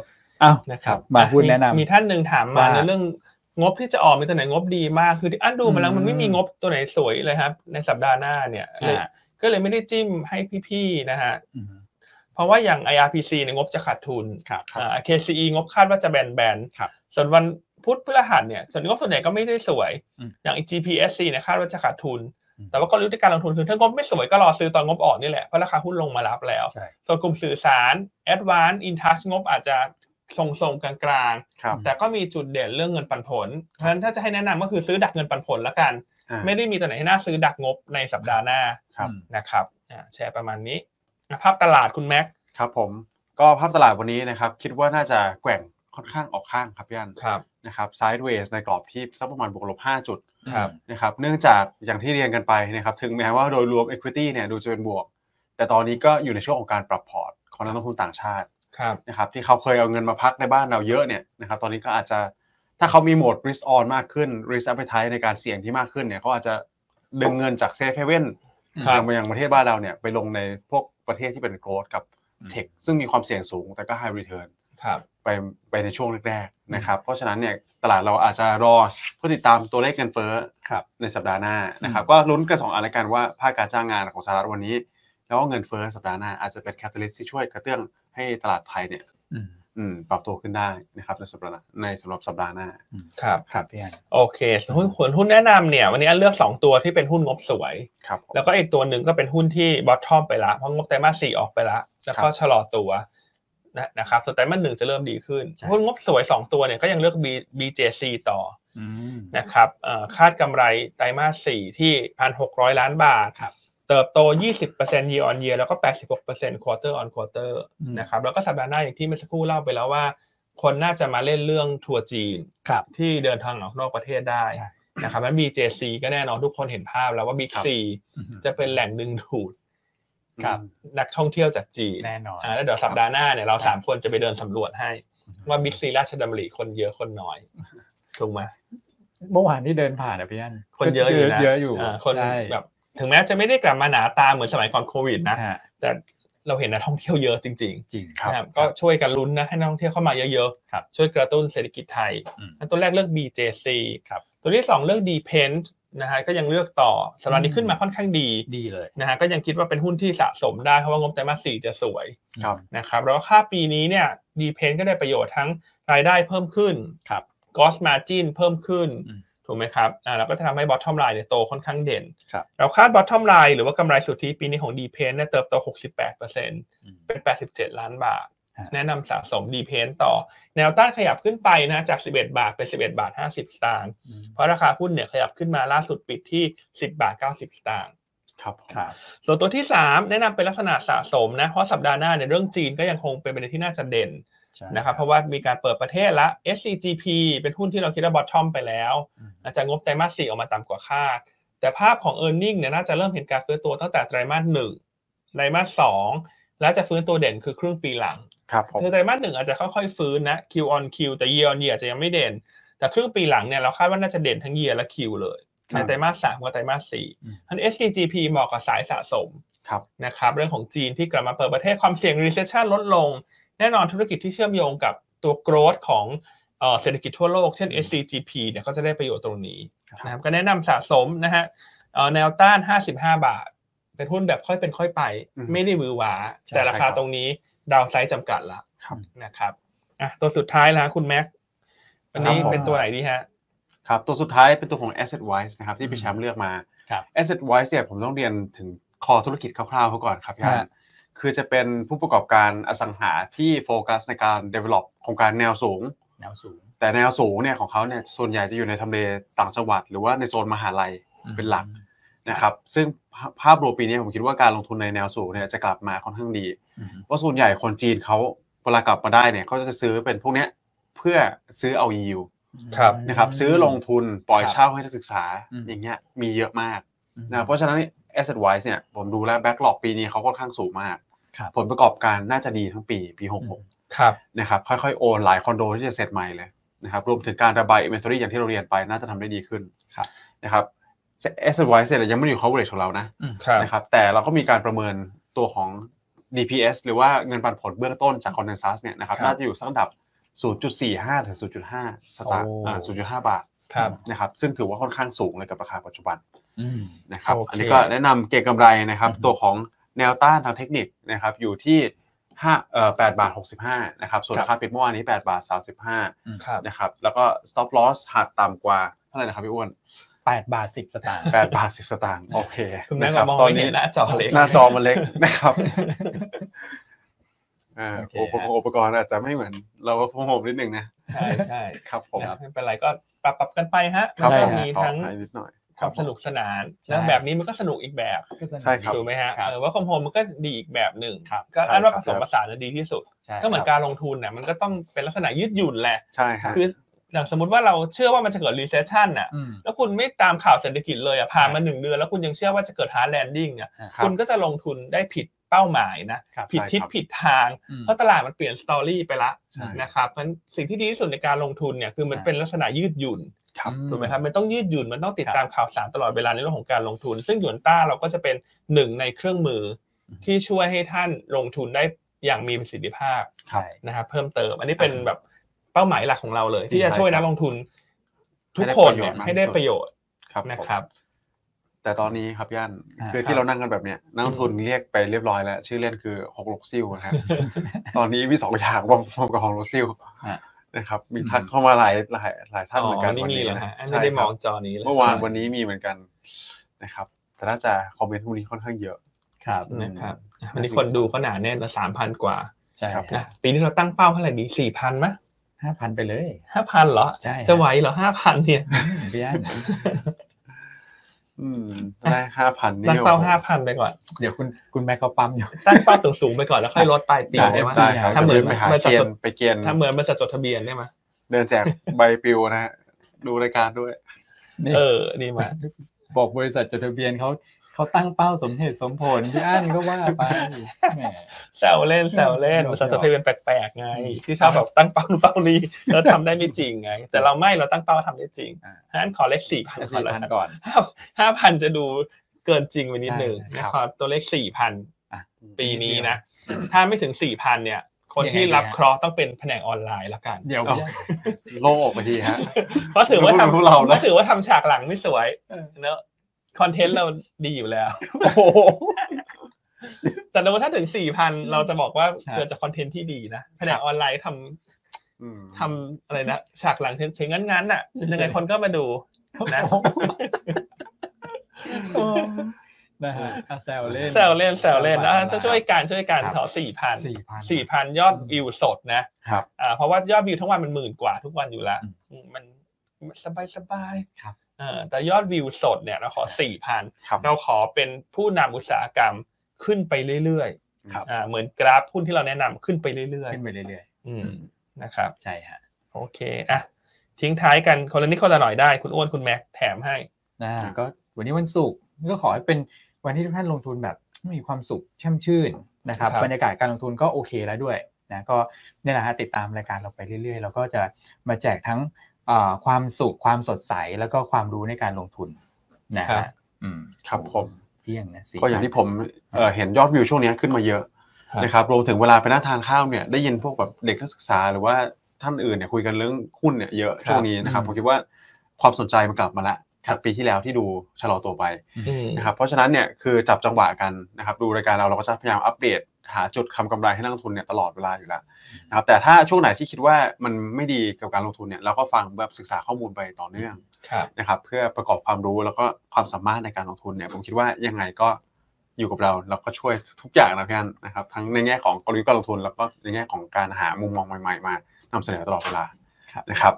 อ้าว นะครับ มาหุ้นแนะนำ มีท่านหนึ่งถามมา ว่า ในเรื่องงบที่จะออกมีตัวไหนงบดีมากคือที่อันดูมาแล้วมันไม่มี อืม งบตัวไหนสวยเลยครับ ในสัปดาห์หน้าเนี่ยเลย อ่า ก็เลยไม่ได้จิ้มให้พี่ๆนะฮะ อืม เพราะว่าอย่าง IRPC เนี่ยงบจะขาดทุน ครับ อ่า KCE งบคาดว่าจะแบน ครับ ๆส่วนวันพุธพฤหัสเนี่ยส่วนงบส่วนใหญ่ก็ไม่ได้สวย อืม อย่าง GPSC เนี่ยคาดว่าจะขาดทุน อืม แต่ว่ากลยุทธ์ในการลงทุนคือถ้างบไม่สวยก็รอซื้อตอนงบออกนี่แหละ เพราะราคาหุ้นลงมารับแล้ว ใช่ ส่วนกลุ่มสื่อสาร Advance Intouch งบอาจจะทรงๆกลาง ครับ ๆ แต่ก็มีจุดเด่นเรื่องเงินปันผลเพราะฉะนั้นถ้าจะให้แนะนำก็คือซื้อดักเงินปันผลละกัน อ่า ไม่ได้มีตัวไหนให้น่าซื้อดักงบในสัปดาห์หน้า ครับ นะครับอ่าแชร์ประมาณนี้อ่ะภาพตลาดคุณแม็ก ครับผมก็ภาพตลาดวันนี้นะครับคิดว่าน่าจะแกว่งค่อนข้างออกข้างครับพี่อัน ครับ นะครับไซด์เวสในกรอบที่สักประมาณบวกลบ5จุด ครับ นะครับเนื่องจากอย่างที่เรียนกันไปนะครับถึงแม้ว่าโดยรวม Equity เนี่ยดูจะเป็นบวก แต่ตอนนี้ก็อยู่ในช่วงของการปรับพอร์ตของนักลงทุนต่างชาติ ครับ นะครับที่เขาเคยเอาเงินมาพักในบ้านเราเยอะเนี่ยนะครับตอนนี้ก็อาจจะถ้าเขามีโหมด risk on มากขึ้น risk appetite ในการเสี่ยงที่มากขึ้นเนี่ยเขาอาจจะ ดึงเงินจากเซฟเฮเว่น ครับ มายังประเทศบ้านเราเนี่ยไปลงในพวกประเทศที่เป็นโกลดกับ อืม เทคซึ่งมีความเสี่ยงสูงแต่ก็ไฮรีเทิร์น ครับ ไปไปในช่วงแรกๆนะครับ เพราะฉะนั้นเนี่ยตลาดเราอาจจะรอเพื่อติดตามตัวเลขเงินเฟ้อ ครับ ในสัปดาห์หน้านะครับ ก็ลุ้นกันสองอันละกันว่าภาคการจ้างงานของสหรัฐวันนี้ แล้วก็เงินเฟ้อสัปดาห์หน้าอาจจะเป็นแคตตาลิสต์ที่ช่วยกระเตื้องให้ตลาดไทยเนี่ย อืม อืมปรับตัวขึ้นได้นะครับในสัปดาห์หน้าในสำหรับสัปดาห์หน้า ครับ ครับพี่อัน โอเคส่วนหุ้นส่วนหุ้นแนะนำเนี่ย วันนี้อันเลือกสองตัวที่เป็นหุ้นงบสวย ครับผม แล้วก็อีกตัวหนึ่งก็เป็นหุ้นที่บอททอมไปละเพราะงบไตรมาสสี่ออกไปละแล้วก็ ครับ ชะลอตัวนะนะครับส่วนไตรมาสหนึ่งจะเริ่มดีขึ้น ใช่ หุ้นงบสวยสองตัวเนี่ยก็ยังเลือก B BJC ต่อ อืม นะครับเอ่อคาดกำไรไตรมาสสี่ที่พันหกร้อยล้านบาท ครับ เติบโต 20% year on year แล้วก็ 86% quarter on quarter นะครับแล้วก็สัปดาห์หน้าอย่างที่เมื่อสักครู่เล่าไปแล้วว่า คนน่าจะมาเล่นเรื่องทัวร์จีน ครับ ที่เดินทางออกนอกประเทศได้ ใช่ นะครับแล้ว BJC ก็แน่นอนทุกคนเห็นภาพแล้วว่า Big ครับ C จะเป็นแหล่งดึงดูด ครับ นักท่องเที่ยวจากจีน แน่นอน อ่าแล้วเดี๋ยวสัปดาห์หน้าเนี่ยเราสามคนจะไปเดินสำรวจให้ ว่า Big C ราชดำริคนเยอะคนน้อยถูกไหม เมื่อวานที่เดินผ่านอะพี่อัน คนเยอะอยู่นะ เยอะอยู่ าคน ใช่ แบบ ถึงแม้จะไม่ได้กลับมาหนาตาเหมือนสมัยก่อนโควิดนะ ฮะ แต่เราเห็นนักท่องเที่ยวเยอะจริง ๆ จริง ครับ นะครับก็ช่วยกันลุ้นนะให้นักท่องเที่ยวเข้ามาเยอะ ครับ ๆ ช่วยกระตุ้นเศรษฐกิจไทย อืม อันตัวแรกเลือก BJC ครับ ตัวที่สองเลือก d p e n d นะฮะก็ยังเลือกต่อสัปดาห์นี้ อืม ขึ้นมาค่อนข้างดี ดีเลย นะฮะก็ยังคิดว่าเป็นหุ้นที่สะสมได้เพราะว่างบไตรมาสสี่จะสวย ครับ นะครับแล้วก็ค่าปีนี้เนี่ย d p e n d ก็ได้ประโยชน์ทั้งรายได้เพิ่มขึ้น ครับ gross margin เพิ่มขึ้น อืม ถูกไหมครับอ่าแล้วก็จะทำให้ bottom line เนี่ยโตค่อนข้างเด่น ครับ แล้วคาด bottom line หรือว่ากำไรสุทธิปีนี้ของ d p e n d เนี่ยเติบโต 68%เ อืม เป็น 87 ล้านบาท ฮะ แนะนำสะสมดีเพนต่อ แนวต้านขยับขึ้นไปนะ จาก 11 บาท เป็น 11 บาท 50 สตางค์ อืม เพราะราคาหุ้นเนี่ยขยับขึ้นมาล่าสุดปิดที่ 10 บาท 90 สตางค์ ครับผม ครับ ส่วนตัวที่ 3 แนะนำเป็นลักษณะสะสมนะ เพราะสัปดาห์หน้าเนี่ยเรื่องจีนก็ยังคงเป็นประเด็นที่น่าจะเด่น ใช่ นะครับ เพราะว่ามีการเปิดประเทศละ SCGP เป็นหุ้นที่เราคิดว่าบอททอมไปแล้ว อาจจะงบไตรมาสสี่ออกมาต่ำกว่าคาด แต่ภาพของ e a r n i n g เนี่ยน่าจะเริ่มเห็นการฟื้นตัวตั้งแต่ไตรมาสหนึ่งไตรมาสสองแล้วจะฟื้นตัวเด่นคือครึ่งปีหลัง ครับผม คือไตรมาสหนึ่งอาจจะค่อยๆฟื้นนะ Q on Q แต่ Year on Year อาจจะยังไม่เด่น แต่ครึ่งปีหลังเนี่ยเราคาดว่าน่าจะเด่นทั้ง Year และ Q เลย ครับ ในไตรมาสสามกับไตรมาสสี่ อืม ทั้น SCGP เหมาะกับสายสะสม ครับ นะครับเรื่องของจีนที่กลับมาเปิดประเทศความเสี่ยง recession ลดลง แน่นอนธุรกิจที่เชื่อมโยงกับตัว growth ของ เอ่อเศรษฐกิจทั่วโลกเช่น SCGP เนี่ยก็จะได้ประโยชน์ตรงนี้ ครับ นะครับก็แนะนำสะสมนะฮะเอ่อแนวต้าน 55 บาท เป็นหุ้นแบบค่อยเป็นค่อยไป อืม ไม่ได้หวือหวา ใช่ แต่รา คคารับ ตรงนี้ดาวไซด์จำกัดละ ครับ นะครับอ่ะตัวสุดท้ายแล้วฮะคุณแม็กวันนี้ ครับผม เป็นตัวไหนดีฮะ ครับตัวสุดท้ายเป็นตัวของ asset wise นะครับที่พี่แชมป์เลือกมา ครับ asset wise เนี่ยผมต้องเรียนถึงคอธุรกิจคร่าวๆเขาก่อนครับพี่อัน ฮะ คือจะเป็นผู้ประกอบการอสังหาที่โฟกัสในการ develop โครงการแนวสูง แนวสูง แต่แนวสูงเนี่ยของเขาเนี่ยส่วนใหญ่จะอยู่ในทำเลต่างจังหวัด หรือว่าในโซนมหาลัย เป็นหลัก นะครับซึ่งภาภาพรวมปีนี้ผมคิดว่าการลงทุนในแนวสูงเนี่ยจะกลับมาค่อนข้างดี เพราะส่วนใหญ่คนจีนเขาเวลากลับมาได้เนี่ยเขาจะซื้อเป็นพวกเนี้ยเพื่อซื้อเอา yield ครับ นะครับซื้อลงทุนปล่อย ครับ เช่าให้นักศึกษา อืม อย่างเงี้ยมีเยอะมาก อืม นะเพราะฉะนั้น asset wise เนี่ยผมดูแล้ว backlog ปีนี้เขาค่อนข้างสูงมาก ครับ ผลประกอบการน่าจะดีทั้งปีปี อืม 66 ครับ นะครับค่อยๆ โอนหลายคอนโดที่จะเสร็จใหม่เลยนะครับรวมถึงการระบาย inventory อย่างที่เราเรียนไปน่าจะทำได้ดีขึ้น ครับ นะครับ asset wise เนี่ยยังไม่ได้อยู่ coverage ของเรานะ อืม ครับ นะครับแต่เราก็มีการประเมินตัวของ DPS หรือว่าเงินปันผลเบื้องต้นจาก consensus เนี่ยนะครับ ครับ น่าจะอยู่สักอันดับ 0.45 ถึง 0.5 สตางค์ โอ้ อ่า0.5 บาท ครับ นะครับซึ่งถือว่าค่อนข้างสูงเลยกับราคาปัจจุบัน อืม นะครับ โอเค อันนี้ก็แนะนำเก็งกำไรนะครับ อือฮึ ตัวของแนวต้านทางเทคนิคนะครับอยู่ที่5เอ่อ8บาท 65นะครับส่วน ครับ ราคาปิดเมื่อวานนี้ 8 บาท 35 ครับ นะครับแล้วก็ stop loss หากต่ำกว่าเท่าไหร่นะครับพี่อ้วน แปดบาทสิบสตางค์ 8บาท10 สตางค์โอเค คุณแม็ก นะ ก็ รับ มอง ตอน ไม่เห็ นี้ นหน้าจอเล็ก หน้าจอมันเล็ก นะครับ เออ โอเค โอ ครับ อุปกรณ์อาจจะไม่เหมือน เราก็พงผมนิดนึงนะ ใช่ใช่ ครับผม นะไม่เป็นไรก็ปรับปรับกันไปฮะ ครั มันก็ ผม มี ขอ ทั้ง ให้นิดหน่อย ค รั วา บ ม ผม สนุกสนาน ใช่ นะแบบนี้มันก็สนุกอีกแบบ ก็สนุก ใช่ครับ ถูกไหมฮะ ครับ เออว่าคอมโฮมมันก็ดีอีกแบบหนึ่ง ครับ ก็ ใช่ อันว่าผครับ สมผสานน่ะดีที่สุด ใช่ ก็เหมือนการลงทุนเนี่ยมันก็ต้องเป็นลักษณะยืดหยุ่นแหละ ใช่ครับ คืออย่างสมมติว่าเราเชื่อว่ามันจะเกิด recession น่ะ อืม แล้วคุณไม่ตามข่าวเศรษฐกิจเลยอ่ะผ่าน ครั มา บ หนึ่งเดือนแล้วคุณยังเชื่อว่าจะเกิด hard landing เนี่ย ครับ คุณก็จะลงทุนได้ผิดเป้าหมายนะครับ ผิดทิศ ใช่ครับ ผิดทาง อืม เพราะตลาดมันเปลี่ยนสตอรี่ไปละ ใช่ นะครับมันสิ่งที่ดีที่สุดในการลงทุนเนี่ยคือมัน ครับ เป็นลักษณะยืดหยุ่น ครับ ถูกไหมครับมันต้องยืดหยุ่นมันต้องติดตามข่าวสารตลอดเวลาในเรื่องของการลงทุน ซึ่งหยวนต้าเราก็จะเป็นหนึ่งในเครื่องมืออ ม ที่ช่วยให้ท่านลงทุนได้อย่างมีประสิทธิภาพ ครั ใช่ บ นะครับเพิ่มเติม อันนี้เป็นแบบเป้าหมายหลักของเราเลย ที่จะ ใช่ ช่วย ครั นั บ กลงทุน ทุกคนเนี่ย ให้ ให้ ได้ ได้ ป ประ ระ โย โยชชน์ น์ ครับผม นะครับ แต่ตอนนี้ครับย่าน อ่า คือที่เรานั่งกันแบบเนี้ยนักลงทุนเรียกไปเรียบร้อยแล้ว ชื่อเล่นคือหกลกซิ่ว นะครับ ตอนนี้มีสองอย่างรวมรวมกับหกลกซิ่ว อ่ะ นะครับมีทักเข้ามาหลายหลายหลายท่านเหมือนกัน นี่ วัน มี นี้ เหรอ นะ ฮะอัน ใช่ ไม่ได้ ครับ มองจอนี้เลย เมื่อวานวันนี้มีเหมือนกันนะครับ แต่น่าจะคอมเมนต์พวกนี้ค่อนข้างเยอะ ครับ นะครับวันนี้คนดูก็หนาแน่นละสามพันกว่า ใช่ ครับ นะปีนี้เราตั้งเป้าเท่าไหร่ดีสี่พันไหม ห้าพันไปเลย ห้าพันเหรอ ใช่ครับ จะไหวเหรอห้าพันเนี่ย พี่อัน อืมได้ห้าพันนี่ ตั้งเป้า โอ้โ ห้าพันไปก่อน เดี๋ยวคุณคุณแม็กเขาปั๊มอยู่ ตั้งเป้าสูงสูงๆไปก่อนแล้วค่อยลดปลายปี ได้ ได้ไหม ได้ครับ ถ้าเหมือน จะไปหา มัน เก จะ ณ จด ฑ์ไปเกณฑ์ ถ้าเหมือนมันจะจดทะเบียนได้ไหม เดินแจกใบปลิวนะฮะดูรายการด้วย นี่ เออดีมาก บอกบริษัทจดทะเบียนเขาเขาตั้งเป้าสมเหตุสมผลพี่อันก็ว่าไปแหม แซวเล่นแซวเล่น เออ มันจะจดทะเบียนแปลกๆไง ที่ชอบแบบตั้งเป้านู่นเป้านี้ แล้วทำได้ไม่จริงไง แต่เราไม่เราตั้งเป้าทำได้จริงฉะนั้นขอเลขสี่พัน เอา ก่อน สี่ แล้ว พัน กัน ก่อน ห้าพันจะดูเกินจริงไปนิดนึง ใช่ นะครับ ขอตัวเลขสี่พัน อ่ะ ปีนี้นะ ถ้าไม่ถึงสี่พันเนี่ย คนที่รับเคราะห์ต้องเป็นแผนกออนไลน์ละกัน เดี๋ยวพี่อั้น โล่งออกมาทีฮะ เพราะถือว่า รู้ ทำ รู้เรานะ เพราะถือว่าทำฉากหลังไม่สวย เออ เนอะคอนเทนต์เราดีอยู่แล้ว โอ้โห แต่ถ้าถึงสี่พันเราจะบอกว่าเกิดจากคอนเทนต์ที่ดีนะแผนกออนไลน์ทำ อืม ทำอะไรนะฉากหลังเฉยๆงั้นๆน่ะยังไงคนก็มาดูนะ นะฮะอ่ะแซวเล่น แซวเล่นแซวเล่นแล้ว ครับ ถ้าช่วยการช่วยการ ครับ ขอสี่พัน สี่พัน สี่พันยอดวิวสดนะครับ อ่าเพราะว่ายอดวิวทั้งวันมันหมื่นกว่าทุกวันอยู่แล้ว อืม อืมมันสบายสบายๆ ครับ เออแต่ยอดวิวสดเนี่ยเราขอสี่พัน ครับ เราขอเป็นผู้นำอุตสาหกรรมขึ้นไปเรื่อย ครับ ๆอ่าเหมือนกราฟหุ้นที่เราแนะนำขึ้นไปเรื่อย ขึ้นไปเรื่อย ๆอื ๆ มนะครับ ใช่ฮะ โอเคอ่ะทิ้งท้ายกันคนละนิดคนละหน่อยได้คุณอ้วนคุณแม็กแถมให้ นะ ครับ ก็วันนี้วันศุกร์ก็ขอให้เป็นวันที่ทุกท่านลงทุนแบบมีความสุขแช่มชื่นนะครับ ครับ บรรยากาศการลงทุนก็โอเคแล้วด้วยนะก็เนี่ยแหละฮะติดตามรายการเราไปเรื่อยๆ เราก็จะมาแจกทั้งเอ่อความสุขความสดใสแล้วก็ความรู้ในการลงทุนนะฮะอืม ครับผม เที่ยงนะสี่ ก็อย่างที่ผมเอ่อเห็นยอดวิวช่วงนี้ขึ้นมาเยอะ ครับ นะครับรวมถึงเวลาไปนั่งทานข้าวเนี่ยได้ยินพวกแบบเด็กนักศึกษาหรือว่าท่านอื่นเนี่ยคุยกันเรื่องหุ้นเนี่ยเยอะช่วงนี้นะครับผมคิดว่าความสนใจมันกลับมาละจากปีที่แล้วที่ดูชะลอตัวไป อืม นะครับเพราะฉะนั้นเนี่ยคือจับจังหวะกันนะครับดูรายการเราเราก็จะพยายามอัปเดต หาจุดคำกำไรให้นักลงทุนเนี่ยตลอดเวลาอยู่แล้วนะครับแต่ถ้าช่วงไหนที่คิดว่ามันไม่ดีกับการลงทุนเนี่ยเราก็ฟังแบบศึกษาข้อมูลไปต่อเนื่อง ครับ นะครับเพื่อประกอบความรู้แล้วก็ความสามารถในการลงทุนเนี่ยผมคิดว่ายังไงก็อยู่กับเราเราก็ช่วยทุกอย่างนะพี่อันนะครับทั้งในแง่ของกลยุทธ์การลงทุน แล้วก็ในแง่ของการหามุมมองใหม่ๆมานำเสนอตลอดเวลานะครับ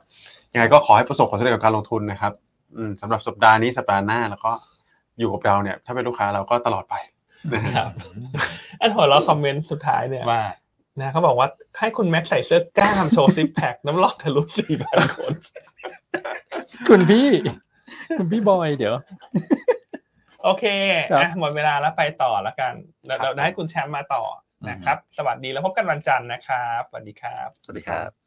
ยังไงก็ขอให้ประสบความสำเร็จกับการลงทุนนะครับ อืมสำหรับสัปดาห์นี้สัปดาห์หน้าแล้วก็อยู่กับเราเนี่ย ถ้าเป็นลูกค้าเราก็ตลอดไป ครับ อันหัวเราะคอมเมนต์สุดท้ายเนี่ย ว่า นะเขาบอกว่าให้คุณแม็กใส่เสื้อกล้ามโชว์ซิปแพคน้ำลอกทะลุสี่พันคน คุณพี่ คุณพี่บอยเดี๋ยว โอเค ครับ อ่ะหมดเวลาแล้วไปต่อแล้วกันเรา ครับ ได้ให้คุณแชมป์มาต่อนะครับ สวัสดีแล้วพบกันวันจันทร์นะครับสวัสดีครับ สวัสดีครับ